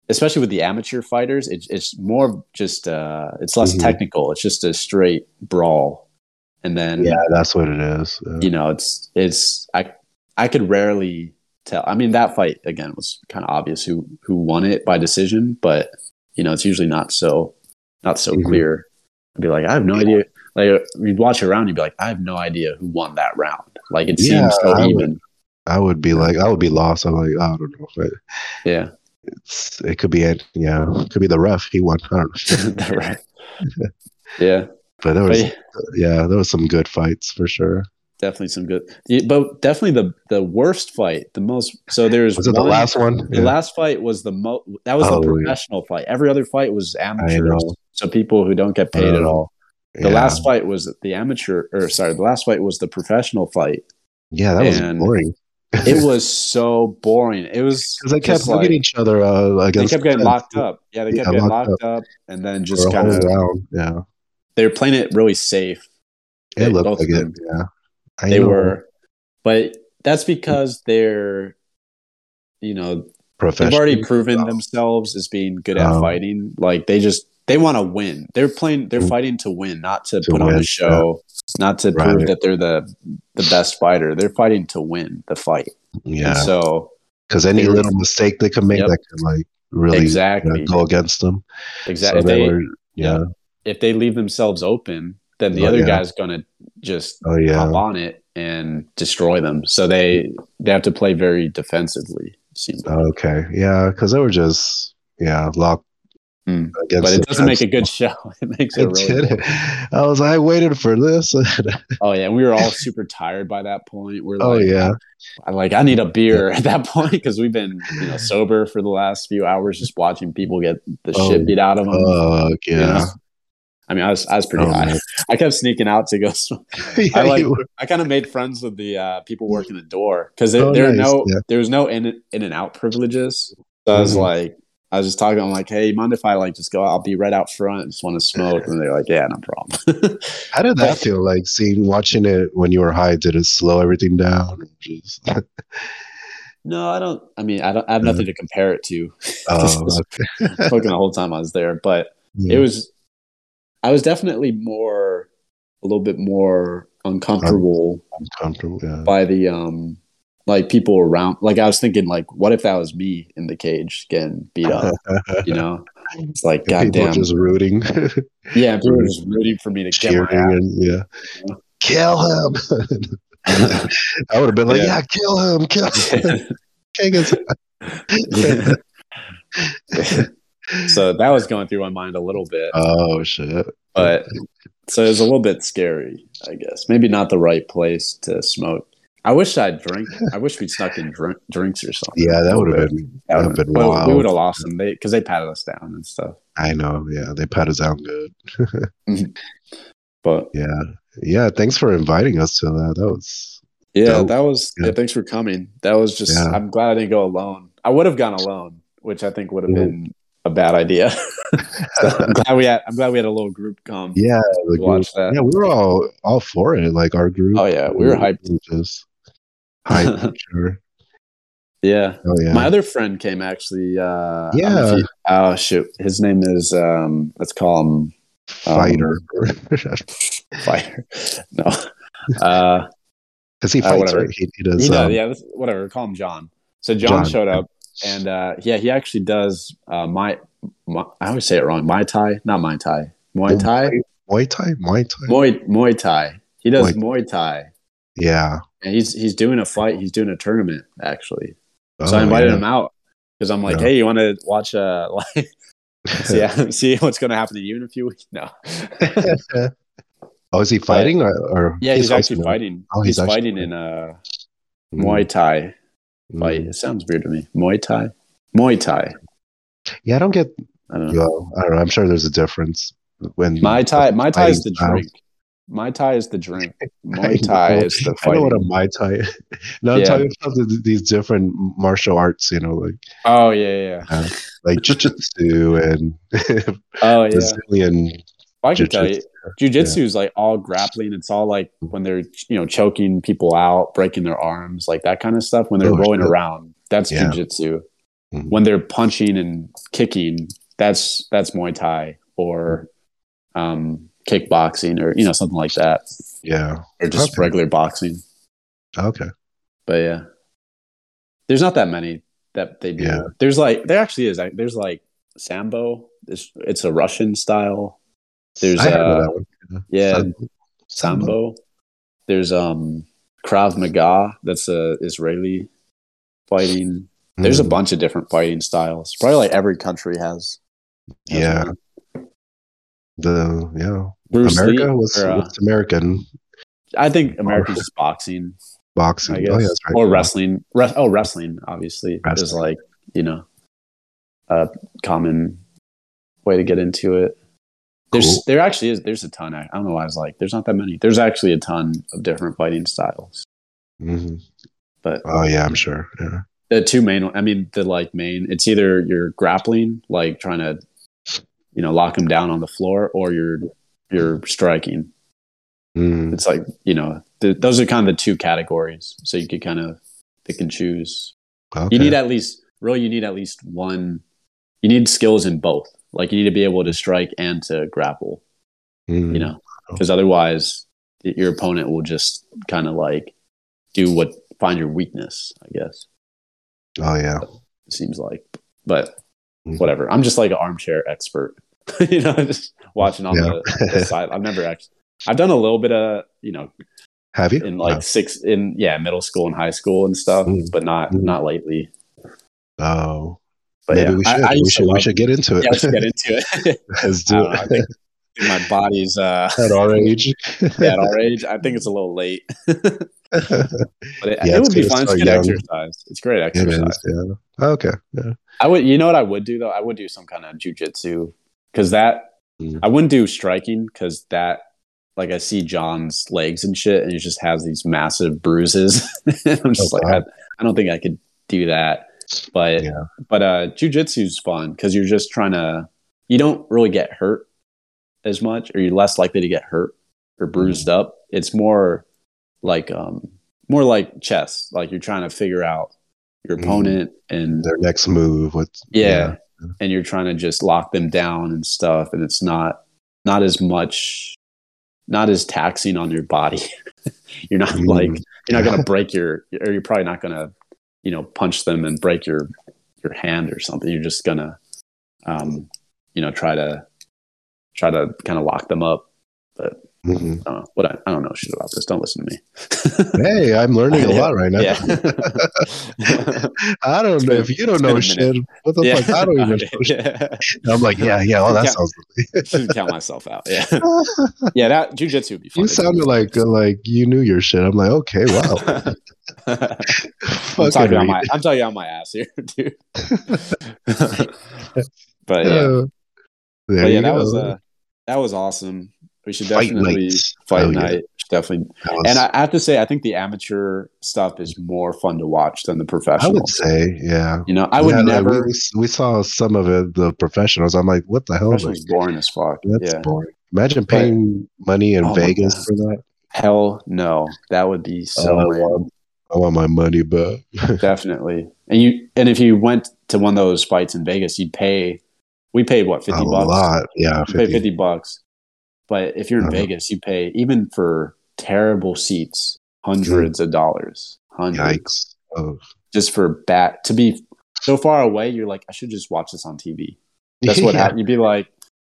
Speaker 2: especially with the amateur fighters, it, it's more of just uh, it's less
Speaker 1: Mhm.
Speaker 2: technical. It's just a straight brawl, and then
Speaker 1: yeah, that's what it is. Yeah.
Speaker 2: you know it's it's I I could rarely tell. I mean that fight again was kind of obvious who who won it by decision, but you know it's usually not so not so
Speaker 1: Mhm.
Speaker 2: clear. I'd be like I have no idea. Like uh, you'd watch around, you'd be like I have no idea who won that round. Like it
Speaker 1: Yeah,
Speaker 2: seems so
Speaker 1: I would-
Speaker 2: even.
Speaker 1: I would be like, I would be lost. I'm like, I don't know. But
Speaker 2: Yeah,
Speaker 1: it's, it could be, it. yeah, it could be the ref. He won. I don't know.
Speaker 2: That right. yeah,
Speaker 1: But there
Speaker 2: but
Speaker 1: was,
Speaker 2: yeah,
Speaker 1: yeah, there was some good fights for sure.
Speaker 2: definitely some good. yeah, But definitely the the worst fight, the most. So there's
Speaker 1: Was it the
Speaker 2: one-
Speaker 1: last one?
Speaker 2: The last fight was the mo. That was
Speaker 1: Oh,
Speaker 2: the
Speaker 1: yeah.
Speaker 2: professional fight. Every other fight was amateur.
Speaker 1: know.
Speaker 2: So people who don't get paid at
Speaker 1: Uh,
Speaker 2: all.
Speaker 1: Yeah.
Speaker 2: The last fight was the amateur, or sorry, the last fight was the professional fight.
Speaker 1: Yeah, that was
Speaker 2: and-
Speaker 1: boring.
Speaker 2: It was so boring. It was
Speaker 1: Because they kept
Speaker 2: just like-
Speaker 1: looking at each other uh,
Speaker 2: They
Speaker 1: against.
Speaker 2: kept getting
Speaker 1: the fence
Speaker 2: locked up. Yeah, they kept
Speaker 1: Yeah,
Speaker 2: getting
Speaker 1: locked
Speaker 2: locked up, and then
Speaker 1: for
Speaker 2: just
Speaker 1: a
Speaker 2: kind
Speaker 1: whole
Speaker 2: of
Speaker 1: round. Yeah,
Speaker 2: they were playing it really safe.
Speaker 1: it
Speaker 2: They- both
Speaker 1: looked like
Speaker 2: of
Speaker 1: it.
Speaker 2: them.
Speaker 1: Yeah, I
Speaker 2: They
Speaker 1: know.
Speaker 2: were, but that's because they're, you know, they've
Speaker 1: professional.
Speaker 2: already proven themselves as being good at
Speaker 1: Um,
Speaker 2: fighting. Like they just they want to win. They're playing. They're
Speaker 1: Mm.
Speaker 2: fighting to win, not to,
Speaker 1: To
Speaker 2: put on
Speaker 1: win,
Speaker 2: a show, not to prove
Speaker 1: Right.
Speaker 2: that they're the the best fighter. They're fighting to win the fight. And
Speaker 1: Yeah,
Speaker 2: so
Speaker 1: because any
Speaker 2: they were-
Speaker 1: little mistake they could make
Speaker 2: Yep.
Speaker 1: that could like really you know,
Speaker 2: exactly,
Speaker 1: go against them. So
Speaker 2: exactly. if
Speaker 1: they
Speaker 2: they
Speaker 1: were- yeah.
Speaker 2: if they leave themselves open, then the
Speaker 1: Oh,
Speaker 2: other
Speaker 1: yeah.
Speaker 2: guy's gonna just
Speaker 1: Oh yeah.
Speaker 2: hop on it and destroy them. So they they have to play very defensively. it Seems. like.
Speaker 1: Oh, Okay. Yeah, because they were just yeah locked
Speaker 2: Mm.
Speaker 1: against.
Speaker 2: But
Speaker 1: the
Speaker 2: it doesn't make
Speaker 1: fence.
Speaker 2: a good show. It makes it
Speaker 1: It
Speaker 2: really
Speaker 1: did. I was. I waited for this.
Speaker 2: Oh yeah, and we were all super tired by that point. We're like,
Speaker 1: oh yeah.
Speaker 2: I, like I need a beer at that point because we've been you know sober for the last few hours, just watching people get the
Speaker 1: Oh,
Speaker 2: shit beat out of them.
Speaker 1: Fuck
Speaker 2: you know?
Speaker 1: yeah.
Speaker 2: I mean, I was I was um, pretty
Speaker 1: Oh,
Speaker 2: high.
Speaker 1: man.
Speaker 2: I kept sneaking out to go. smoke.
Speaker 1: yeah,
Speaker 2: like-
Speaker 1: you were-
Speaker 2: I kind of made friends with the uh, people working the door because there,
Speaker 1: Mm-hmm. Oh,
Speaker 2: there were
Speaker 1: nice,
Speaker 2: no
Speaker 1: yeah.
Speaker 2: there was no in in and out privileges. So I was
Speaker 1: Mhm.
Speaker 2: like, I was just talking. I'm like, hey, you mind if I like just go? out? I'll be right out front. Just want to smoke, and they're like, yeah, no problem.
Speaker 1: How did that feel like seeing watching it when you were high? Did it slow everything down? Just,
Speaker 2: no, I don't. I mean, I don't. I have
Speaker 1: Mm-hmm.
Speaker 2: nothing to compare it to.
Speaker 1: oh, okay.
Speaker 2: smoking the whole time I was there, but it was I was definitely more a little bit more uncomfortable
Speaker 1: uncomfortable. Yeah.
Speaker 2: by the um like people around like I was thinking like what if that was me in the cage getting beat up, you know? It's like
Speaker 1: People
Speaker 2: goddamn
Speaker 1: just rooting,
Speaker 2: Yeah, people were just rooting for me to get
Speaker 1: cheering,
Speaker 2: my ass.
Speaker 1: and yeah, kill him. I would have been like,
Speaker 2: Yeah.
Speaker 1: yeah, kill him, kill him. King is-
Speaker 2: so that was going through my mind a little bit.
Speaker 1: oh shit.
Speaker 2: but so it was a little bit scary, I guess. Maybe not the right place to smoke. I wish I'd drink. I wish we'd snuck in drink, drinks or something.
Speaker 1: Yeah, that would have been that would have been
Speaker 2: But we
Speaker 1: wild.
Speaker 2: would have lost them because they, patted us down and stuff.
Speaker 1: I know. Yeah, they pat us down good.
Speaker 2: But
Speaker 1: Yeah, yeah. Thanks for inviting us to that. That was
Speaker 2: yeah,
Speaker 1: Dope.
Speaker 2: that was yeah.
Speaker 1: Yeah.
Speaker 2: Thanks for coming. That was just.
Speaker 1: Yeah.
Speaker 2: I'm glad I didn't go alone. I would have gone alone, which I think would have
Speaker 1: Mhm.
Speaker 2: been a bad idea. so I'm glad we had. I'm glad we had a little group come.
Speaker 1: yeah. the
Speaker 2: to watch that.
Speaker 1: Yeah, we were all all for it. Like our group.
Speaker 2: Oh yeah, we were hyped.
Speaker 1: Just hyped. sure.
Speaker 2: Yeah.
Speaker 1: Oh yeah.
Speaker 2: My other friend came actually. Uh, I don't
Speaker 1: Yeah.
Speaker 2: know if you- oh shoot, his name is. Um, let's call him
Speaker 1: Fighter.
Speaker 2: um, Fire. no. Uh,
Speaker 1: Because he
Speaker 2: Uh,
Speaker 1: fights.
Speaker 2: whatever.
Speaker 1: right? He, he does.
Speaker 2: he
Speaker 1: um,
Speaker 2: does, yeah, this, whatever. Call him John. So John,
Speaker 1: John.
Speaker 2: showed up, and uh, yeah, he actually does. Uh, my, my, I always say it wrong. Mai Tai, not Mai Tai. Muay Thai,
Speaker 1: Muay Thai. Muay Thai.
Speaker 2: Muay Muay Thai. He does Muay Thai,
Speaker 1: yeah.
Speaker 2: and he's he's doing a fight. He's doing a tournament actually. So
Speaker 1: Oh,
Speaker 2: I invited
Speaker 1: yeah.
Speaker 2: him out because I'm like,
Speaker 1: Yeah.
Speaker 2: hey, you want to watch a live see, see what's going to happen to you in a few weeks. No.
Speaker 1: oh, is he fighting or, or-
Speaker 2: Yeah, he's, actually
Speaker 1: now.
Speaker 2: fighting.
Speaker 1: Oh,
Speaker 2: he's
Speaker 1: he's actually
Speaker 2: fighting in
Speaker 1: fighting.
Speaker 2: a
Speaker 1: Mm,
Speaker 2: Muay Thai
Speaker 1: mm.
Speaker 2: fight. It sounds weird to me. Muay Thai? Muay Thai.
Speaker 1: Yeah, I don't get.
Speaker 2: I don't know.
Speaker 1: Well, I don't know. I'm sure there's a difference when
Speaker 2: Mai Tai, Mai Tai is the
Speaker 1: Fighting style.
Speaker 2: drink. Mai Tai is the drink.
Speaker 1: I
Speaker 2: Muay Thai
Speaker 1: know.
Speaker 2: is the
Speaker 1: I know what a
Speaker 2: fighting.
Speaker 1: Muay Thai. is. no, I'm
Speaker 2: Yeah.
Speaker 1: talking about the, these different martial arts. You know, like
Speaker 2: Oh, yeah, yeah, yeah.
Speaker 1: like jujitsu and
Speaker 2: Oh, yeah.
Speaker 1: Brazilian.
Speaker 2: Well, I can tell you.
Speaker 1: Jiu-jitsu.
Speaker 2: Jujitsu is like all grappling. It's all like when they're, you know, choking people out, breaking their arms, like that kind of stuff. When they're
Speaker 1: Oh,
Speaker 2: rolling
Speaker 1: shit.
Speaker 2: around, that's
Speaker 1: Yeah.
Speaker 2: jujitsu.
Speaker 1: Mhm.
Speaker 2: When they're punching and kicking, that's that's Muay Thai or um, kickboxing or you know something like that,
Speaker 1: Yeah.
Speaker 2: or just
Speaker 1: Okay.
Speaker 2: regular boxing.
Speaker 1: Okay.
Speaker 2: But yeah, there's not that many that they do.
Speaker 1: Yeah.
Speaker 2: There's like there actually is. like, There's like sambo. It's, it's a Russian style. There's
Speaker 1: I heard
Speaker 2: uh,
Speaker 1: of that one.
Speaker 2: yeah.
Speaker 1: Sambo.
Speaker 2: Sambo. There's um Krav Maga. That's a Israeli fighting. There's a
Speaker 1: Mm,
Speaker 2: bunch of different fighting styles. Probably like every country has. has
Speaker 1: Yeah.
Speaker 2: one.
Speaker 1: The yeah.
Speaker 2: Bruce
Speaker 1: America
Speaker 2: Lee,
Speaker 1: was
Speaker 2: or, uh,
Speaker 1: what's American
Speaker 2: I think America's just boxing,
Speaker 1: boxing.
Speaker 2: I guess,
Speaker 1: Oh, yeah, that's right.
Speaker 2: or wrestling. Re- oh, wrestling obviously is
Speaker 1: Wrestling.
Speaker 2: like you know a common way to get into it. There's
Speaker 1: Cool.
Speaker 2: there actually is there's a ton. I, I don't know why I was like there's not that many. There's actually a ton of different fighting styles,
Speaker 1: Mhm.
Speaker 2: but
Speaker 1: Oh yeah, I'm sure. Yeah.
Speaker 2: the two main i mean the like main it's either you're grappling like trying to you know lock them down on the floor or you're you're striking
Speaker 1: Mm.
Speaker 2: it's like you know th- those are kind of the two categories so you could kind of pick and choose
Speaker 1: Okay.
Speaker 2: you need at least really you need at least one you need skills in both like you need to be able to strike and to grapple
Speaker 1: Mm.
Speaker 2: you know because otherwise y- your opponent will just kind of like do what find your weakness i guess
Speaker 1: Oh yeah.
Speaker 2: it seems like. But
Speaker 1: Mhm.
Speaker 2: whatever. I'm just like an armchair expert. you know, just watching on
Speaker 1: Yeah.
Speaker 2: the, the side. I've never actually I've done a little bit of, you know,
Speaker 1: Have you?
Speaker 2: in like six in yeah, middle school and high school and stuff,
Speaker 1: Mm.
Speaker 2: but not
Speaker 1: Mm.
Speaker 2: not lately.
Speaker 1: Oh,
Speaker 2: But
Speaker 1: maybe
Speaker 2: yeah,
Speaker 1: we
Speaker 2: I-
Speaker 1: should.
Speaker 2: I
Speaker 1: we
Speaker 2: used to
Speaker 1: should. We
Speaker 2: love-
Speaker 1: should get into it.
Speaker 2: yeah, let's get into it.
Speaker 1: Let's
Speaker 2: I
Speaker 1: do
Speaker 2: don't know, I
Speaker 1: it.
Speaker 2: think My body's uh
Speaker 1: At our age.
Speaker 2: at our age. I think it's a little late. But it,
Speaker 1: Yeah,
Speaker 2: it
Speaker 1: it's
Speaker 2: would be
Speaker 1: good to
Speaker 2: fun. It's
Speaker 1: start
Speaker 2: good
Speaker 1: young.
Speaker 2: exercise. It's great
Speaker 1: It
Speaker 2: exercise.
Speaker 1: is. Yeah. Okay. Yeah.
Speaker 2: I would, you know what I would do though? I would do some kind of jujitsu because that
Speaker 1: Mm.
Speaker 2: I wouldn't do striking because that like I see John's legs and shit and he just has these massive bruises. I'm just
Speaker 1: Oh,
Speaker 2: like, I, I don't think I could do that. But
Speaker 1: Yeah.
Speaker 2: but uh, jujitsu's fun because you're just trying to you don't really get hurt as much or you're less likely to get hurt or
Speaker 1: Mm.
Speaker 2: bruised up. It's more like um more like chess. Like you're trying to figure out your
Speaker 1: Mm.
Speaker 2: opponent and
Speaker 1: Their next move. What?
Speaker 2: yeah. and you're trying to just lock them down and stuff and it's not not as much not as taxing on your body you're not
Speaker 1: Mm.
Speaker 2: like you're not going to break your or you're probably not going to you know punch them and break your your hand or something you're just going to um you know try to try to kind of lock them up but
Speaker 1: Mhm.
Speaker 2: I don't know. What I, I don't know shit about this. Don't listen to me.
Speaker 1: Mm-hmm. Hey, I'm learning a
Speaker 2: Yeah.
Speaker 1: lot right now.
Speaker 2: yeah.
Speaker 1: I don't know
Speaker 2: been-
Speaker 1: if you don't
Speaker 2: it's been
Speaker 1: know
Speaker 2: a
Speaker 1: shit. What the
Speaker 2: yeah.
Speaker 1: fuck? I don't even. know shit.
Speaker 2: yeah.
Speaker 1: I'm like, yeah, yeah. Well, that
Speaker 2: Yeah.
Speaker 1: sounds.
Speaker 2: count myself out. Yeah. Yeah. That jujitsu would be fun.
Speaker 1: you
Speaker 2: to do.
Speaker 1: sounded like uh, like you knew your shit. I'm like, okay, wow.
Speaker 2: I'm talking
Speaker 1: Fucking
Speaker 2: on my I'm talking on my ass here, dude. but yeah,
Speaker 1: Uh, there
Speaker 2: but yeah,
Speaker 1: Oh, you
Speaker 2: that
Speaker 1: go.
Speaker 2: was uh, that was awesome. We should
Speaker 1: Fight
Speaker 2: definitely
Speaker 1: nights.
Speaker 2: fight
Speaker 1: Hell yeah.
Speaker 2: night. Should Definitely,
Speaker 1: That was-
Speaker 2: and I have to say, I think the amateur stuff is more fun to watch than the
Speaker 1: I
Speaker 2: professional.
Speaker 1: would say, yeah.
Speaker 2: you know, I would
Speaker 1: Yeah, like,
Speaker 2: never.
Speaker 1: we, we saw some of it, the professionals. I'm like, what the hell? Like,
Speaker 2: professional's boring as fuck.
Speaker 1: that's
Speaker 2: yeah,
Speaker 1: boring. Imagine paying money in
Speaker 2: Oh my
Speaker 1: Vegas
Speaker 2: God.
Speaker 1: for that.
Speaker 2: hell no, that would be so
Speaker 1: Oh, I
Speaker 2: lame.
Speaker 1: want- I want my money back.
Speaker 2: Definitely. And you and if you went to one of those fights in Vegas, you'd pay we paid what,
Speaker 1: A
Speaker 2: fifty bucks?
Speaker 1: lot, yeah.
Speaker 2: You pay
Speaker 1: 50.
Speaker 2: fifty bucks. But if you're in
Speaker 1: Uh-huh.
Speaker 2: Vegas, you pay even for terrible seats, hundreds of dollars. Hundreds.
Speaker 1: Hmm. Yikes! Oh.
Speaker 2: Just for bat to be so far away, you're like, I should just watch this on TV. That's what
Speaker 1: Yeah.
Speaker 2: happened. You'd be like,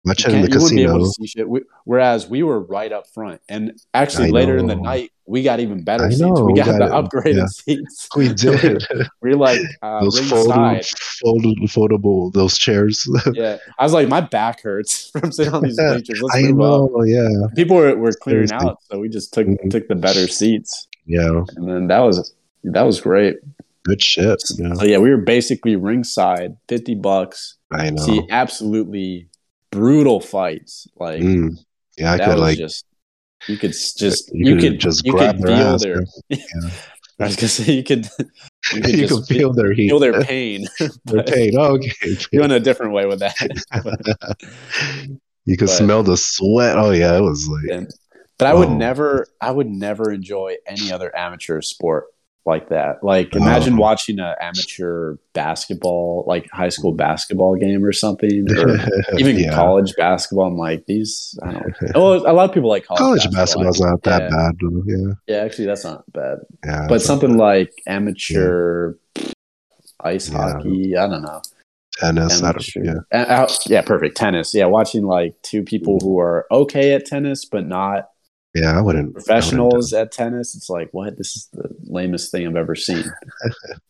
Speaker 1: Watch
Speaker 2: you,
Speaker 1: it in the
Speaker 2: can't- you wouldn't be able to
Speaker 1: casino.
Speaker 2: see shit. We, whereas we were right up front, and actually
Speaker 1: I
Speaker 2: later in the
Speaker 1: know.
Speaker 2: night, we got even better
Speaker 1: I
Speaker 2: seats.
Speaker 1: know, we
Speaker 2: We got,
Speaker 1: got
Speaker 2: the
Speaker 1: it.
Speaker 2: upgraded
Speaker 1: Yeah.
Speaker 2: seats.
Speaker 1: We did
Speaker 2: We're like uh,
Speaker 1: those
Speaker 2: ringside.
Speaker 1: foldable, folded, foldable those chairs.
Speaker 2: Yeah, I was like, my back hurts from sitting on these bleachers. Let's
Speaker 1: I
Speaker 2: move
Speaker 1: know.
Speaker 2: up.
Speaker 1: Yeah,
Speaker 2: People were, were clearing
Speaker 1: Seriously.
Speaker 2: out, so we just took
Speaker 1: Mhm.
Speaker 2: took the better seats,
Speaker 1: yeah.
Speaker 2: and then that was that was great.
Speaker 1: Good shit. Yeah,
Speaker 2: So yeah, we were basically ringside, fifty bucks,
Speaker 1: I know.
Speaker 2: see absolutely brutal fights. Like
Speaker 1: Mm. Yeah, I
Speaker 2: that
Speaker 1: could
Speaker 2: was
Speaker 1: like
Speaker 2: just you could s- just
Speaker 1: you
Speaker 2: you,
Speaker 1: could
Speaker 2: could
Speaker 1: just
Speaker 2: you
Speaker 1: grab
Speaker 2: could
Speaker 1: their
Speaker 2: feel
Speaker 1: ass,
Speaker 2: their. I was gonna say you could you could,
Speaker 1: you could
Speaker 2: just
Speaker 1: feel their heat,
Speaker 2: feel their pain.
Speaker 1: their
Speaker 2: but
Speaker 1: pain. Oh, okay,
Speaker 2: You're in a different way with that.
Speaker 1: you could
Speaker 2: but-
Speaker 1: smell the sweat. Oh yeah, it was like
Speaker 2: And- but I would
Speaker 1: Oh.
Speaker 2: never, I would never enjoy any other amateur sport like that. Like, imagine
Speaker 1: Oh.
Speaker 2: watching an amateur basketball, like high school basketball game or something, or even
Speaker 1: Yeah.
Speaker 2: college basketball. I'm like, these, I don't Oh, a lot of people like college,
Speaker 1: college
Speaker 2: basketball.
Speaker 1: basketball's not that
Speaker 2: Yeah.
Speaker 1: bad. though. Yeah,
Speaker 2: Yeah, actually, that's not bad.
Speaker 1: yeah.
Speaker 2: but something like amateur ice
Speaker 1: Yeah.
Speaker 2: hockey, I don't know.
Speaker 1: tennis, I don't,
Speaker 2: Amateur-
Speaker 1: yeah,
Speaker 2: Uh, uh, yeah, perfect. Tennis. Yeah, watching like two people
Speaker 1: Mm-hmm.
Speaker 2: who are okay at tennis, but not
Speaker 1: yeah. I wouldn't I wouldn't
Speaker 2: professionals at tennis it's like what this is the lamest thing i've ever seen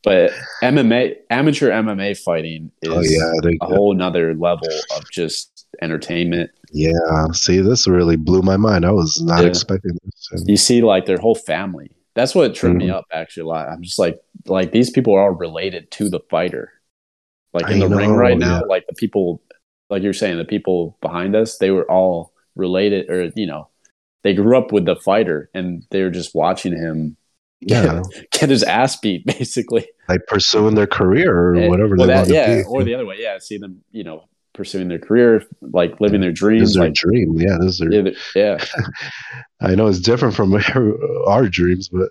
Speaker 2: but mma amateur mma fighting is
Speaker 1: Oh yeah, they,
Speaker 2: a whole nother level of just entertainment
Speaker 1: yeah. See, this really blew my mind. I was not
Speaker 2: Yeah.
Speaker 1: expecting this.
Speaker 2: you see like their whole family that's what tripped
Speaker 1: Mm-hmm.
Speaker 2: me up actually a lot i'm just like like these people are all related to the fighter like in
Speaker 1: I
Speaker 2: the ring
Speaker 1: know,
Speaker 2: right now like the people like you're saying the people behind us they were all related or you know they grew up with the fighter and they were just watching him
Speaker 1: Yeah,
Speaker 2: get his ass beat basically
Speaker 1: like pursuing their career or
Speaker 2: Eh,
Speaker 1: whatever
Speaker 2: well,
Speaker 1: they
Speaker 2: that,
Speaker 1: want
Speaker 2: yeah
Speaker 1: to be.
Speaker 2: or the other way yeah see them you know pursuing their career like living their
Speaker 1: this is
Speaker 2: dreams
Speaker 1: their
Speaker 2: like
Speaker 1: dream. Yeah, this is their,
Speaker 2: yeah, th- yeah
Speaker 1: I know it's different from our dreams, but,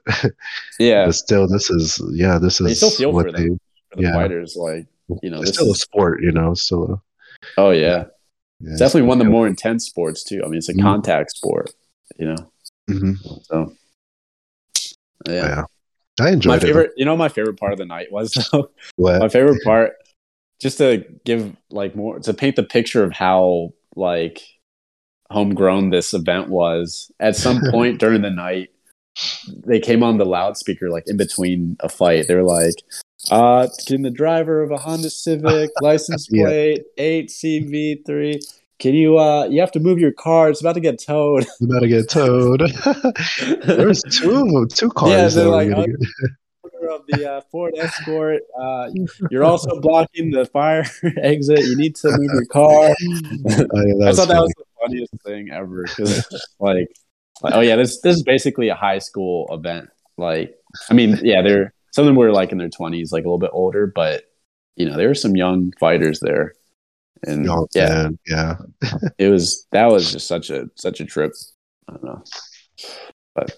Speaker 2: yeah
Speaker 1: but still, this is yeah, this is
Speaker 2: They still feel
Speaker 1: what
Speaker 2: for
Speaker 1: they.
Speaker 2: them. for the
Speaker 1: yeah.
Speaker 2: fighters like You know,
Speaker 1: it's
Speaker 2: this
Speaker 1: still a
Speaker 2: is-
Speaker 1: sport. You know, it's still a,
Speaker 2: oh yeah
Speaker 1: yeah,
Speaker 2: it's definitely one of the
Speaker 1: Yeah.
Speaker 2: more intense sports too i mean it's a
Speaker 1: Mhm.
Speaker 2: contact sport you know
Speaker 1: Mhm.
Speaker 2: so yeah,
Speaker 1: Yeah. I
Speaker 2: my
Speaker 1: enjoyed it.
Speaker 2: favorite you know what my favorite part of the night was though
Speaker 1: What?
Speaker 2: my favorite part just to give like more to paint the picture of how like homegrown this event was at some point during the night they came on the loudspeaker like in between a fight they're like uh can the driver of a honda civic license
Speaker 1: Yeah.
Speaker 2: plate 8cv3 can you uh you have to move your car it's about to get towed
Speaker 1: It's about to get towed. There's two of them, two
Speaker 2: Yeah,
Speaker 1: cars.
Speaker 2: they're
Speaker 1: that were
Speaker 2: like,
Speaker 1: gonna
Speaker 2: oh,
Speaker 1: get-
Speaker 2: owner of the uh, Ford Escort. Uh, you're also blocking the fire exit. You need to move your car.
Speaker 1: Oh, yeah, that
Speaker 2: I
Speaker 1: was
Speaker 2: thought that
Speaker 1: funny.
Speaker 2: was the funniest thing ever. 'cause, like, like, oh yeah, this this is basically a high school event. Like, I mean, yeah, they're some of them were like in their twenties, like a little bit older, but you know, there were some young fighters there, and
Speaker 1: Oh,
Speaker 2: yeah,
Speaker 1: man, yeah.
Speaker 2: it was that was just such a such a trip. I don't know, but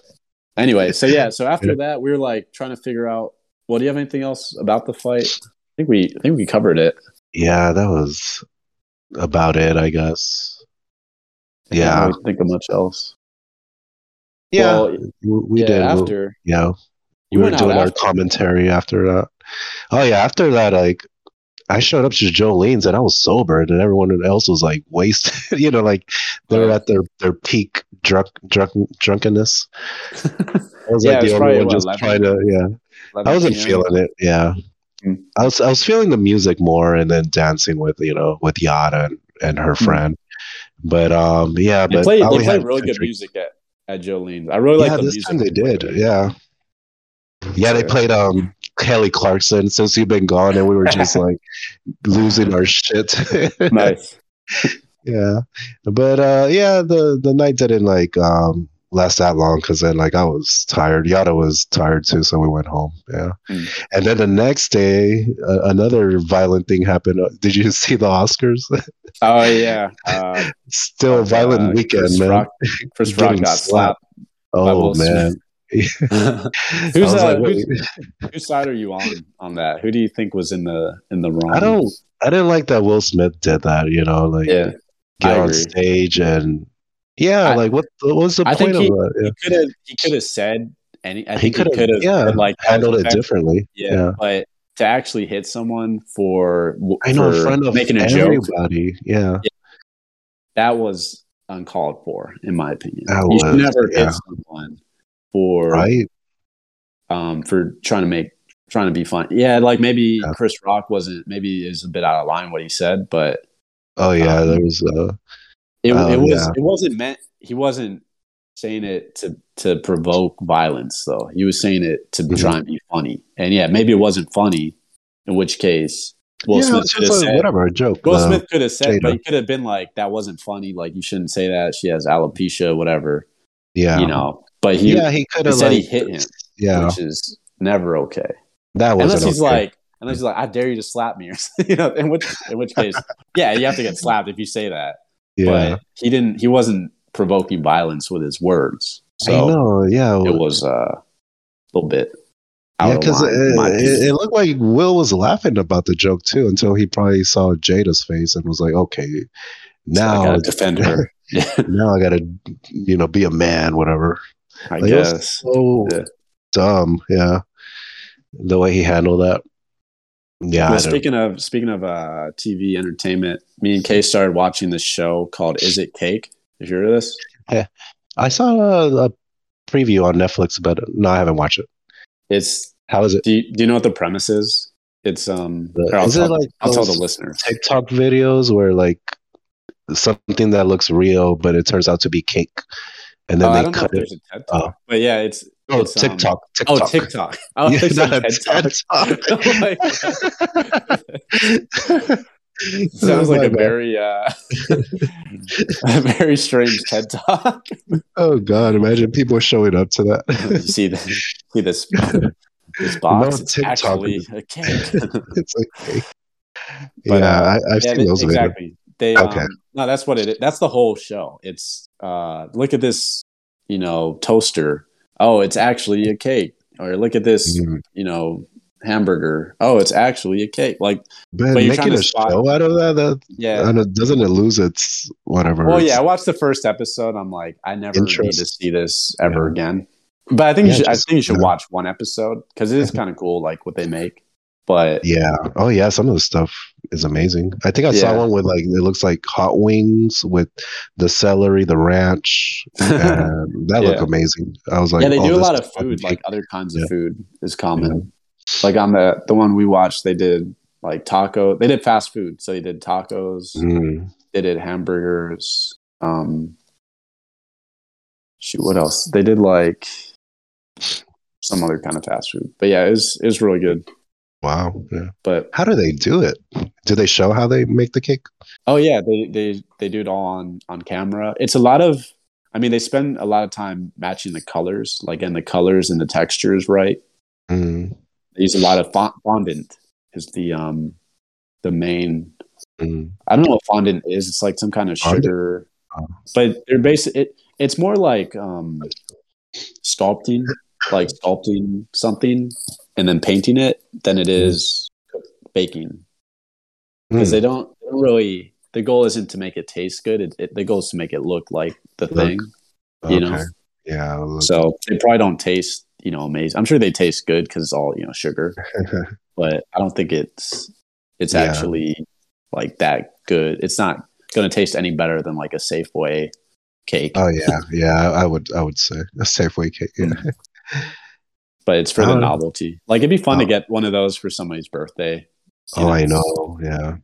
Speaker 2: anyway, so yeah, so after
Speaker 1: Yeah.
Speaker 2: that, we were like trying to figure out. Well, do you have anything else about the fight? I think we I think we covered it.
Speaker 1: Yeah, that was about it, I guess.
Speaker 2: I
Speaker 1: Yeah.
Speaker 2: don't really think of much else.
Speaker 1: Yeah,
Speaker 2: well,
Speaker 1: we, we
Speaker 2: yeah,
Speaker 1: did. we-
Speaker 2: after.
Speaker 1: yeah, we
Speaker 2: You
Speaker 1: were
Speaker 2: went out
Speaker 1: doing our
Speaker 2: after.
Speaker 1: commentary after that. Oh yeah, after that, like I showed up to Jolene's and I was sober, and everyone else was like wasted. you know, like they were at their, their peak drunk, drunk drunkenness. I was
Speaker 2: Yeah,
Speaker 1: like
Speaker 2: it was
Speaker 1: the
Speaker 2: probably,
Speaker 1: only one
Speaker 2: what,
Speaker 1: just
Speaker 2: 11?
Speaker 1: trying to. Yeah, I wasn't feeling it. Yeah,
Speaker 2: Mm.
Speaker 1: I was. I was feeling the music more, and then dancing with you know with Yada and, and her
Speaker 2: Mm.
Speaker 1: friend. But um, yeah,
Speaker 2: They
Speaker 1: but
Speaker 2: play,
Speaker 1: I
Speaker 2: they
Speaker 1: only
Speaker 2: play
Speaker 1: had
Speaker 2: really
Speaker 1: two
Speaker 2: good
Speaker 1: drinks.
Speaker 2: music at, at Jolene's. I really
Speaker 1: yeah,
Speaker 2: like the
Speaker 1: this
Speaker 2: music.
Speaker 1: time they
Speaker 2: they play
Speaker 1: did.
Speaker 2: there.
Speaker 1: Yeah, yeah, they
Speaker 2: Yeah.
Speaker 1: played um Kelly Clarkson since you've been gone, and we were just like losing our shit.
Speaker 2: Nice.
Speaker 1: yeah, but uh, yeah, the the night didn't like um last that long because then like I was tired. Yada was tired too, so we went home. Yeah,
Speaker 2: Mm.
Speaker 1: and then the next day, uh, another violent thing happened. Uh, Did you see the Oscars?
Speaker 2: Oh yeah. Uh,
Speaker 1: Still Oh, violent
Speaker 2: uh,
Speaker 1: weekend,
Speaker 2: Chris
Speaker 1: man.
Speaker 2: Rock, Chris Rock
Speaker 1: Getting
Speaker 2: got slapped. by
Speaker 1: Oh
Speaker 2: Will Smith.
Speaker 1: man, I
Speaker 2: who's,
Speaker 1: was
Speaker 2: uh,
Speaker 1: like, wait.
Speaker 2: who's whose side are you on on that? Who do you think was in the in the wrong?
Speaker 1: I don't. I didn't like that Will Smith did that. You know, like
Speaker 2: Yeah.
Speaker 1: get
Speaker 2: I
Speaker 1: on
Speaker 2: agree.
Speaker 1: stage and yeah,
Speaker 2: I-
Speaker 1: like what, what was the
Speaker 2: I
Speaker 1: point
Speaker 2: think
Speaker 1: of that? Yeah.
Speaker 2: He could have. He could have said any. I
Speaker 1: He
Speaker 2: think he
Speaker 1: could've-
Speaker 2: could have.
Speaker 1: yeah,
Speaker 2: like
Speaker 1: Handled it
Speaker 2: affect-
Speaker 1: differently.
Speaker 2: Yeah,
Speaker 1: yeah.
Speaker 2: but to actually hit someone for
Speaker 1: I know
Speaker 2: for
Speaker 1: in front of
Speaker 2: making a joke
Speaker 1: everybody. Yeah,
Speaker 2: that was uncalled for, in my opinion.
Speaker 1: That
Speaker 2: you should
Speaker 1: was,
Speaker 2: never
Speaker 1: yeah.
Speaker 2: hit someone for
Speaker 1: right.
Speaker 2: um for trying to make trying to be fun. Yeah, like maybe
Speaker 1: Yeah.
Speaker 2: Chris Rock wasn't maybe is a bit out of line what he said, but
Speaker 1: Oh yeah,
Speaker 2: Um,
Speaker 1: there was. Uh,
Speaker 2: it,
Speaker 1: Oh,
Speaker 2: it was
Speaker 1: yeah.
Speaker 2: it wasn't meant he wasn't saying it to to provoke violence though he was saying it to
Speaker 1: Mhm.
Speaker 2: try and be funny and yeah maybe it wasn't funny in which case will
Speaker 1: yeah,
Speaker 2: smith
Speaker 1: it's
Speaker 2: could
Speaker 1: just
Speaker 2: have
Speaker 1: like,
Speaker 2: said
Speaker 1: whatever a joke.
Speaker 2: will
Speaker 1: uh,
Speaker 2: smith could have said
Speaker 1: Jada.
Speaker 2: but he could have been like that wasn't funny like you shouldn't say that she has alopecia whatever
Speaker 1: yeah,
Speaker 2: you know but he
Speaker 1: yeah, he could
Speaker 2: he
Speaker 1: have
Speaker 2: said
Speaker 1: like
Speaker 2: he hit him
Speaker 1: yeah,
Speaker 2: which is never okay
Speaker 1: that was
Speaker 2: unless he's like unless he's like i dare you to slap me or something you know in which in which case yeah you have to get slapped if you say that
Speaker 1: yeah,
Speaker 2: but he didn't he wasn't provoking violence with his words
Speaker 1: I
Speaker 2: so
Speaker 1: know, yeah,
Speaker 2: it was uh, a little bit out
Speaker 1: yeah,
Speaker 2: of
Speaker 1: because
Speaker 2: line, in my
Speaker 1: it,
Speaker 2: opinion.
Speaker 1: it looked like Will was laughing about the joke too until he probably saw Jada's face and was like, okay,
Speaker 2: So I
Speaker 1: now
Speaker 2: gotta defend her
Speaker 1: now I gotta, you know, be a man, whatever.
Speaker 2: i
Speaker 1: Like, it was
Speaker 2: guess
Speaker 1: So
Speaker 2: Yeah.
Speaker 1: dumb, yeah. The way he handled that, yeah.
Speaker 2: well,
Speaker 1: I don't-
Speaker 2: speaking of speaking of uh, tv entertainment me and kay started watching this show called is it cake did you hear this
Speaker 1: I, saw a, a preview on Netflix, but no, I haven't watched it.
Speaker 2: it's
Speaker 1: How is it?
Speaker 2: do you, do you know what the premise is it's um
Speaker 1: The-
Speaker 2: or I'll,
Speaker 1: is
Speaker 2: tell,
Speaker 1: it like
Speaker 2: I'll tell the
Speaker 1: those
Speaker 2: listeners
Speaker 1: TikTok videos where like something that looks real but it turns out to be cake, and then
Speaker 2: oh, i
Speaker 1: they
Speaker 2: don't know if
Speaker 1: cut it?
Speaker 2: there's a ted talk but yeah it's
Speaker 1: Oh,
Speaker 2: it's, um,
Speaker 1: TikTok, TikTok.
Speaker 2: oh tiktok oh
Speaker 1: Yeah,
Speaker 2: it's
Speaker 1: not a
Speaker 2: a ted talk Oh I'm like, what? Sounds like
Speaker 1: Oh My
Speaker 2: a
Speaker 1: bad.
Speaker 2: very uh, a very strange TED talk.
Speaker 1: Oh God! Imagine people showing up to
Speaker 2: you
Speaker 1: that.
Speaker 2: see, the, see this this box.
Speaker 1: No
Speaker 2: it's
Speaker 1: TikTok.
Speaker 2: actually a cake.
Speaker 1: it's like, cake.
Speaker 2: But,
Speaker 1: yeah,
Speaker 2: uh,
Speaker 1: I, I've
Speaker 2: Yeah,
Speaker 1: seen
Speaker 2: they-
Speaker 1: those. Exactly.
Speaker 2: exactly. They um,
Speaker 1: Okay.
Speaker 2: no, that's what it is. That's the whole show. It's uh, look at this, you know, toaster. Oh, it's actually a cake. Or look at this,
Speaker 1: Mm-hmm.
Speaker 2: you know, hamburger. Oh, it's actually a cake. Like,
Speaker 1: But,
Speaker 2: But you're trying
Speaker 1: making
Speaker 2: to
Speaker 1: a
Speaker 2: spot-
Speaker 1: show out of that, that
Speaker 2: yeah,
Speaker 1: I don't- doesn't it lose its whatever?
Speaker 2: Well,
Speaker 1: its-
Speaker 2: yeah, I watched the first episode. I'm like, I never need to
Speaker 1: Interest.
Speaker 2: see this ever again. But I think
Speaker 1: Yeah,
Speaker 2: you should,
Speaker 1: just-
Speaker 2: I think you should
Speaker 1: yeah.
Speaker 2: watch one episode because it is kind of cool, like what they make. But
Speaker 1: Yeah. Oh yeah, some of the stuff is amazing. I think I
Speaker 2: Yeah.
Speaker 1: saw one with like it looks like hot wings with the celery, the ranch.
Speaker 2: yeah,
Speaker 1: And that looked
Speaker 2: Yeah.
Speaker 1: amazing. I was like,
Speaker 2: they
Speaker 1: oh,
Speaker 2: do a
Speaker 1: this
Speaker 2: lot
Speaker 1: is
Speaker 2: of
Speaker 1: fucking
Speaker 2: food,
Speaker 1: cake.
Speaker 2: like other kinds
Speaker 1: Yeah.
Speaker 2: of food is common. Like on the the one we watched, they did like taco. They did fast food, so they did tacos.
Speaker 1: Mm.
Speaker 2: They did hamburgers. Um, shoot, what else? They did like some other kind of fast food. But yeah, it was it was really good.
Speaker 1: Wow. Yeah.
Speaker 2: But
Speaker 1: How do they do it? Do they show how they make the cake?
Speaker 2: Oh yeah, they they they do it all on on camera. It's a lot of I mean they spend a lot of time matching the colors, like and the colors and the textures right.
Speaker 1: Mm.
Speaker 2: They use a lot of fon- fondant is the um the main
Speaker 1: Mm.
Speaker 2: I don't know what fondant is. It's like some kind of
Speaker 1: Fondant?
Speaker 2: sugar.
Speaker 1: Oh.
Speaker 2: But they're basically it, it's more like um sculpting, like sculpting something and then painting it than
Speaker 1: Hmm.
Speaker 2: it is baking because
Speaker 1: Mm.
Speaker 2: they don't they don't really the goal isn't to make it taste good it, it, the goal is to make it look like the
Speaker 1: Look,
Speaker 2: thing you know.
Speaker 1: Yeah. it looks-
Speaker 2: so they probably don't taste you know amazing i'm sure they taste good because it's all you know sugar but i don't think it's It's
Speaker 1: Yeah.
Speaker 2: actually like that good. It's not going to taste any better than like a Safeway cake,
Speaker 1: Oh yeah, yeah. I, I would, I would say a Safeway cake. Yeah.
Speaker 2: but it's for
Speaker 1: I
Speaker 2: the
Speaker 1: don't-
Speaker 2: novelty. Like it'd be fun to
Speaker 1: Oh.
Speaker 2: get one of those for somebody's birthday. You
Speaker 1: Oh, I know. Yeah,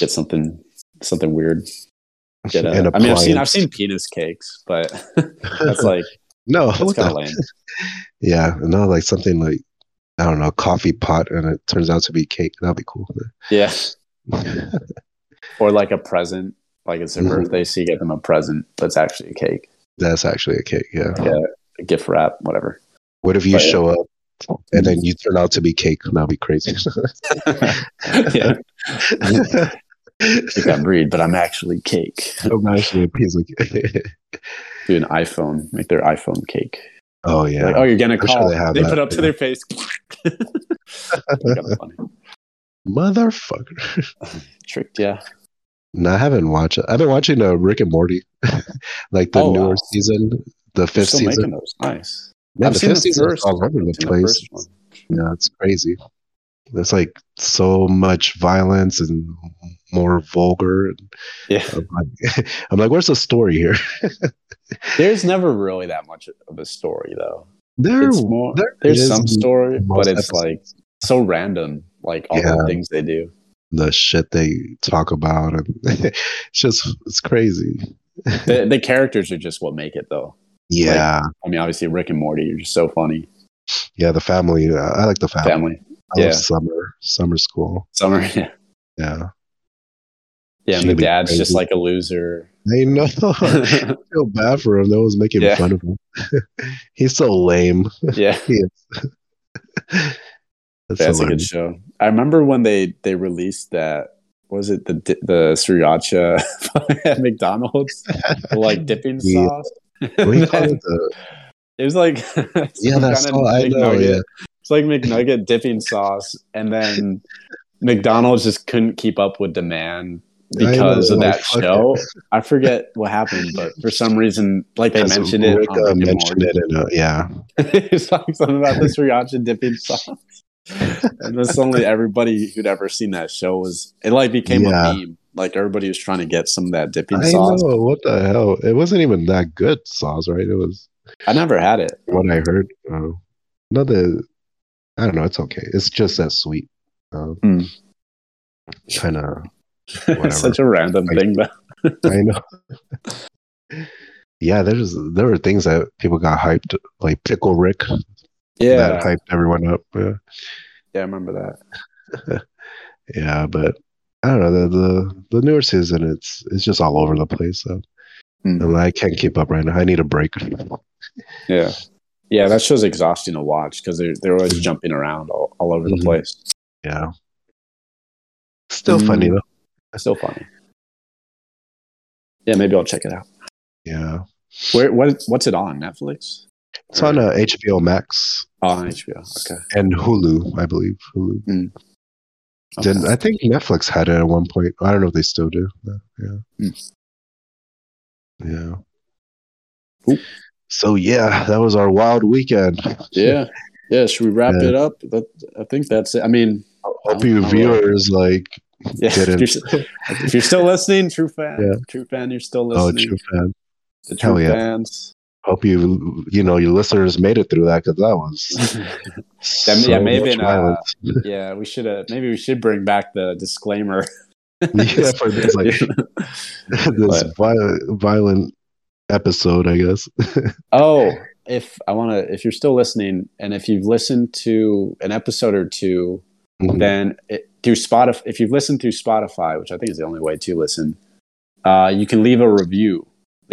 Speaker 2: Get something something weird. Get a,
Speaker 1: An
Speaker 2: I mean, I've seen I've
Speaker 1: appliance.
Speaker 2: seen penis cakes, but that's like
Speaker 1: no,
Speaker 2: that's
Speaker 1: what
Speaker 2: kind
Speaker 1: the-
Speaker 2: of lame.
Speaker 1: yeah, no, like something like I don't know, coffee pot, and it turns out to be cake. That'd be cool.
Speaker 2: Yeah, or like a present. Like it's their
Speaker 1: Mhm.
Speaker 2: birthday, so you get them a present that's actually a cake,
Speaker 1: That's actually a cake. Yeah.
Speaker 2: like a, a gift wrap, whatever.
Speaker 1: What if you
Speaker 2: But- Mm-hmm.
Speaker 1: show up and then you turn out to be cake? That'd be crazy.
Speaker 2: yeah, think I'm breed, but I'm actually cake.
Speaker 1: I'm actually a piece of cake.
Speaker 2: Do an iPhone, make their iPhone cake.
Speaker 1: oh yeah.
Speaker 2: Like, oh, you're getting a
Speaker 1: I'm
Speaker 2: call.
Speaker 1: sure they have
Speaker 2: they
Speaker 1: that,
Speaker 2: put up to
Speaker 1: yeah.
Speaker 2: their face. Kinda funny.
Speaker 1: Motherfucker.
Speaker 2: Tricked, yeah.
Speaker 1: No, I haven't watched it. I've been watching uh, Rick and Morty, like the
Speaker 2: Oh, wow.
Speaker 1: newer season, the
Speaker 2: They're
Speaker 1: fifth
Speaker 2: still
Speaker 1: season.
Speaker 2: making those. Nice.
Speaker 1: Yeah,
Speaker 2: I've
Speaker 1: the
Speaker 2: seen
Speaker 1: fifth
Speaker 2: the
Speaker 1: season is
Speaker 2: first-
Speaker 1: all over the
Speaker 2: Seen the
Speaker 1: place.
Speaker 2: first one.
Speaker 1: yeah, it's crazy. There's like so much violence and more vulgar.
Speaker 2: Yeah.
Speaker 1: I'm like, I'm like, where's the story here?
Speaker 2: There's never really that much of a story though.
Speaker 1: There,
Speaker 2: It's more
Speaker 1: there
Speaker 2: there's
Speaker 1: is
Speaker 2: some story, but
Speaker 1: most
Speaker 2: it's like so random, like all the
Speaker 1: Yeah.
Speaker 2: things they do.
Speaker 1: the shit they talk about, and it's just it's crazy.
Speaker 2: The, the characters are just what make it though.
Speaker 1: Yeah,
Speaker 2: I mean, obviously Rick and Morty are just so funny.
Speaker 1: yeah. The family. Uh, I like the family.
Speaker 2: Family.
Speaker 1: I
Speaker 2: yeah.
Speaker 1: love summer summer school.
Speaker 2: Summer. Yeah.
Speaker 1: Yeah,
Speaker 2: Yeah. And
Speaker 1: She'd
Speaker 2: the
Speaker 1: be
Speaker 2: dad's
Speaker 1: crazy.
Speaker 2: just like a loser.
Speaker 1: I know. I feel bad for him. That was making
Speaker 2: Yeah.
Speaker 1: fun of him. He's so lame.
Speaker 2: yeah.
Speaker 1: That's,
Speaker 2: That's a good
Speaker 1: hilarious.
Speaker 2: show. I remember when they they released that. what Was it the di- the sriracha at McDonald's, The, like dipping
Speaker 1: Yeah.
Speaker 2: sauce?
Speaker 1: What do you call it? The-
Speaker 2: It was like
Speaker 1: yeah, that's all I know. Yeah.
Speaker 2: It's like McNugget dipping sauce, and then McDonald's just couldn't keep up with demand
Speaker 1: I know,
Speaker 2: because of
Speaker 1: they're
Speaker 2: that
Speaker 1: like, "Fuck
Speaker 2: show. I forget what happened, but for some reason, like they
Speaker 1: Because
Speaker 2: mentioned it,
Speaker 1: Rick,
Speaker 2: on
Speaker 1: uh,
Speaker 2: Rick and
Speaker 1: mentioned
Speaker 2: Morty.
Speaker 1: it in a, yeah.
Speaker 2: it's like something about the sriracha dipping sauce. And then suddenly everybody who'd ever seen that show was it like became
Speaker 1: Yeah.
Speaker 2: a meme. Like everybody was trying to get some of that dipping
Speaker 1: I
Speaker 2: sauce.
Speaker 1: know. What the hell? It wasn't even that good sauce, right? It was
Speaker 2: I never had it.
Speaker 1: what I heard. Uh, not the, I don't know. It's okay. It's just that sweet. Uh,
Speaker 2: Hmm.
Speaker 1: Kind of. Whatever.
Speaker 2: it's such a random
Speaker 1: Like-
Speaker 2: thing. Though.
Speaker 1: I know. yeah, there's there were things that people got hyped, like Pickle Rick,
Speaker 2: Yeah,
Speaker 1: that hyped everyone up. Yeah.
Speaker 2: yeah, I remember that.
Speaker 1: Yeah, but I don't know the the, the newer season. It's it's just all over the place. So
Speaker 2: Mm.
Speaker 1: I'm like, I can't keep up right now. I need a break.
Speaker 2: Yeah, yeah, that show's exhausting to watch because they're they're always jumping around all, all over the
Speaker 1: Mhm.
Speaker 2: place.
Speaker 1: Yeah, still
Speaker 2: Mm.
Speaker 1: funny though.
Speaker 2: Still funny. Yeah, maybe I'll check it out.
Speaker 1: Yeah,
Speaker 2: Where what what's it on Netflix?
Speaker 1: it's on uh, HBO Max
Speaker 2: Oh, on HBO. Okay.
Speaker 1: and Hulu, I believe. Hulu.
Speaker 2: okay.
Speaker 1: Then I think Netflix had it at one point. I don't know if they still do. but yeah. Yeah.
Speaker 2: Hmm. Cool.
Speaker 1: So yeah, that was our wild weekend.
Speaker 2: yeah, yeah. Should we wrap
Speaker 1: Yeah.
Speaker 2: it up? That, I think that's it. I mean,
Speaker 1: Hope you
Speaker 2: I'll-
Speaker 1: viewers like
Speaker 2: yeah,
Speaker 1: Get in.
Speaker 2: if, you're, if you're still listening, true fan,
Speaker 1: Yeah.
Speaker 2: true fan, you're still
Speaker 1: oh
Speaker 2: listening.
Speaker 1: true fan.
Speaker 2: the
Speaker 1: hell
Speaker 2: true
Speaker 1: yeah.
Speaker 2: fans.
Speaker 1: hope you you know your listeners made it through that because that was
Speaker 2: That may- yeah,
Speaker 1: so
Speaker 2: may have
Speaker 1: much
Speaker 2: been, uh,
Speaker 1: violence.
Speaker 2: yeah, we should have. Maybe we should bring back the disclaimer.
Speaker 1: yeah, for this like this violent, violent episode, I guess.
Speaker 2: oh, if I want to, if you're still listening, and if you've listened to an episode or two,
Speaker 1: Mm-hmm.
Speaker 2: then it, through Spotify, if you've listened through Spotify, which I think is the only way to listen, uh, you can leave a review.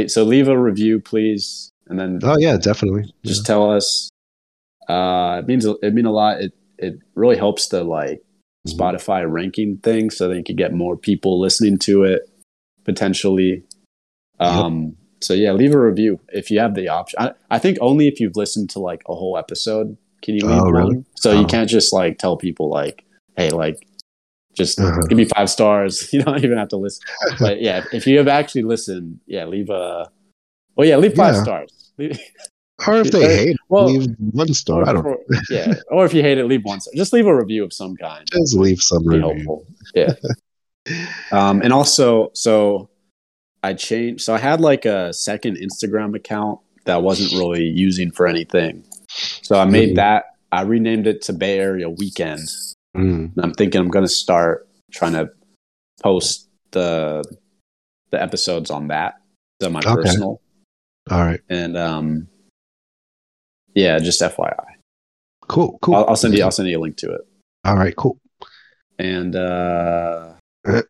Speaker 2: So leave a review, please, and then
Speaker 1: oh yeah, definitely.
Speaker 2: just tell us uh it means it mean a lot it it really helps the like
Speaker 1: Mhm.
Speaker 2: spotify ranking thing so they could get more people listening to it potentially um so yeah leave a review if you have the option I, I think only if you've listened to like a whole episode can you leave
Speaker 1: Oh,
Speaker 2: one
Speaker 1: really?
Speaker 2: so
Speaker 1: Oh.
Speaker 2: you can't just like tell people like hey like just
Speaker 1: Uh-huh.
Speaker 2: give me five stars you don't even have to listen but yeah if you have actually listened yeah leave a well yeah leave five
Speaker 1: Yeah.
Speaker 2: stars Leave-
Speaker 1: Or if they
Speaker 2: Or-
Speaker 1: hate, it,
Speaker 2: Uh, well,
Speaker 1: leave one star. I don't know.
Speaker 2: Or- yeah. Or if you hate it, leave one star. Just leave a review of some kind.
Speaker 1: Just leave some
Speaker 2: be
Speaker 1: review.
Speaker 2: helpful. Yeah. um, and also, so I changed. So I had like a second Instagram account that I wasn't really using for anything. So I made
Speaker 1: Mhm.
Speaker 2: that. I renamed it to Bay Area Weekend.
Speaker 1: Mm.
Speaker 2: And I'm thinking I'm going to start trying to post the the episodes on that. So my
Speaker 1: Okay.
Speaker 2: personal
Speaker 1: All right.
Speaker 2: and um, yeah, just FYI,
Speaker 1: Cool. Cool.
Speaker 2: I'll, I'll send you. I'll send you a link to it.
Speaker 1: All right. Cool.
Speaker 2: And uh, yeah,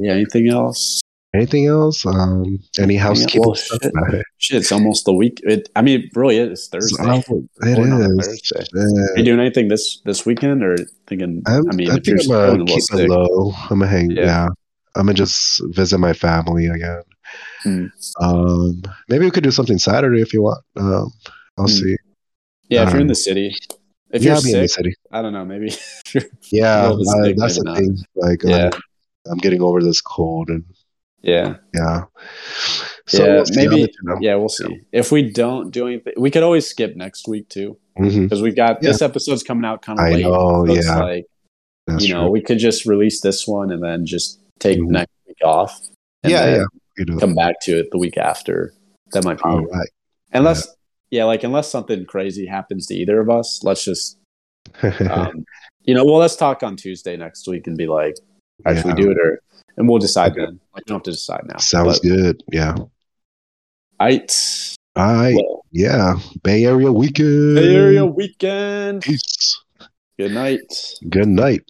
Speaker 2: anything else?
Speaker 1: Anything else? Um, any housekeeping?
Speaker 2: well,
Speaker 1: stuff?
Speaker 2: shit. Shit, it's almost the week. It, I mean, it really is
Speaker 1: It's
Speaker 2: Thursday.
Speaker 1: awful. It
Speaker 2: Going on
Speaker 1: is.
Speaker 2: Thursday.
Speaker 1: Yeah.
Speaker 2: Are you doing anything this this weekend or thinking? i
Speaker 1: I'm, I
Speaker 2: mean, if you're
Speaker 1: think I'm gonna
Speaker 2: feeling a
Speaker 1: keep
Speaker 2: little
Speaker 1: it
Speaker 2: sick,
Speaker 1: low. I'm gonna hang.
Speaker 2: Yeah.
Speaker 1: Yeah. I'm gonna just visit my family again.
Speaker 2: Hmm.
Speaker 1: Um, maybe we could do something Saturday if you want. Um, I'll
Speaker 2: Hmm.
Speaker 1: see.
Speaker 2: yeah, if you're in
Speaker 1: um,
Speaker 2: the city, if
Speaker 1: yeah,
Speaker 2: you're
Speaker 1: I'll be in the
Speaker 2: sick,
Speaker 1: city.
Speaker 2: I don't know, maybe. if you're-
Speaker 1: Yeah,
Speaker 2: Well, it's
Speaker 1: uh,
Speaker 2: like
Speaker 1: that's
Speaker 2: maybe
Speaker 1: the
Speaker 2: not.
Speaker 1: thing. Like,
Speaker 2: Yeah.
Speaker 1: I'm, I'm getting over this cold, and
Speaker 2: yeah,
Speaker 1: yeah. we'll
Speaker 2: Yeah,
Speaker 1: see. I'll
Speaker 2: maybe-
Speaker 1: let you know.
Speaker 2: yeah, we'll see. If we don't do anything, we could always skip next week too,
Speaker 1: Mhm.
Speaker 2: because we've got this episode's coming out kind of
Speaker 1: I
Speaker 2: late.
Speaker 1: know.
Speaker 2: so it's
Speaker 1: yeah,
Speaker 2: like
Speaker 1: that's
Speaker 2: uh, you know,
Speaker 1: true.
Speaker 2: we could just release this one and then just take
Speaker 1: Mhm.
Speaker 2: next week off. and
Speaker 1: Yeah,
Speaker 2: then
Speaker 1: yeah. Um, You know.
Speaker 2: Come back to it the week after. That might be
Speaker 1: All right.
Speaker 2: unless yeah like unless something crazy happens to either of us let's just
Speaker 1: Mm-hmm.
Speaker 2: um, you know well let's talk on tuesday next week and be like all right, should we
Speaker 1: Yeah.
Speaker 2: do it or and we'll decide
Speaker 1: Okay.
Speaker 2: then like, you don't have to decide now
Speaker 1: Sounds
Speaker 2: But
Speaker 1: good. Yeah.
Speaker 2: i
Speaker 1: All right.
Speaker 2: well,
Speaker 1: Yeah. Bay Area weekend.
Speaker 2: Bay area weekend
Speaker 1: Peace.
Speaker 2: good night
Speaker 1: Good night.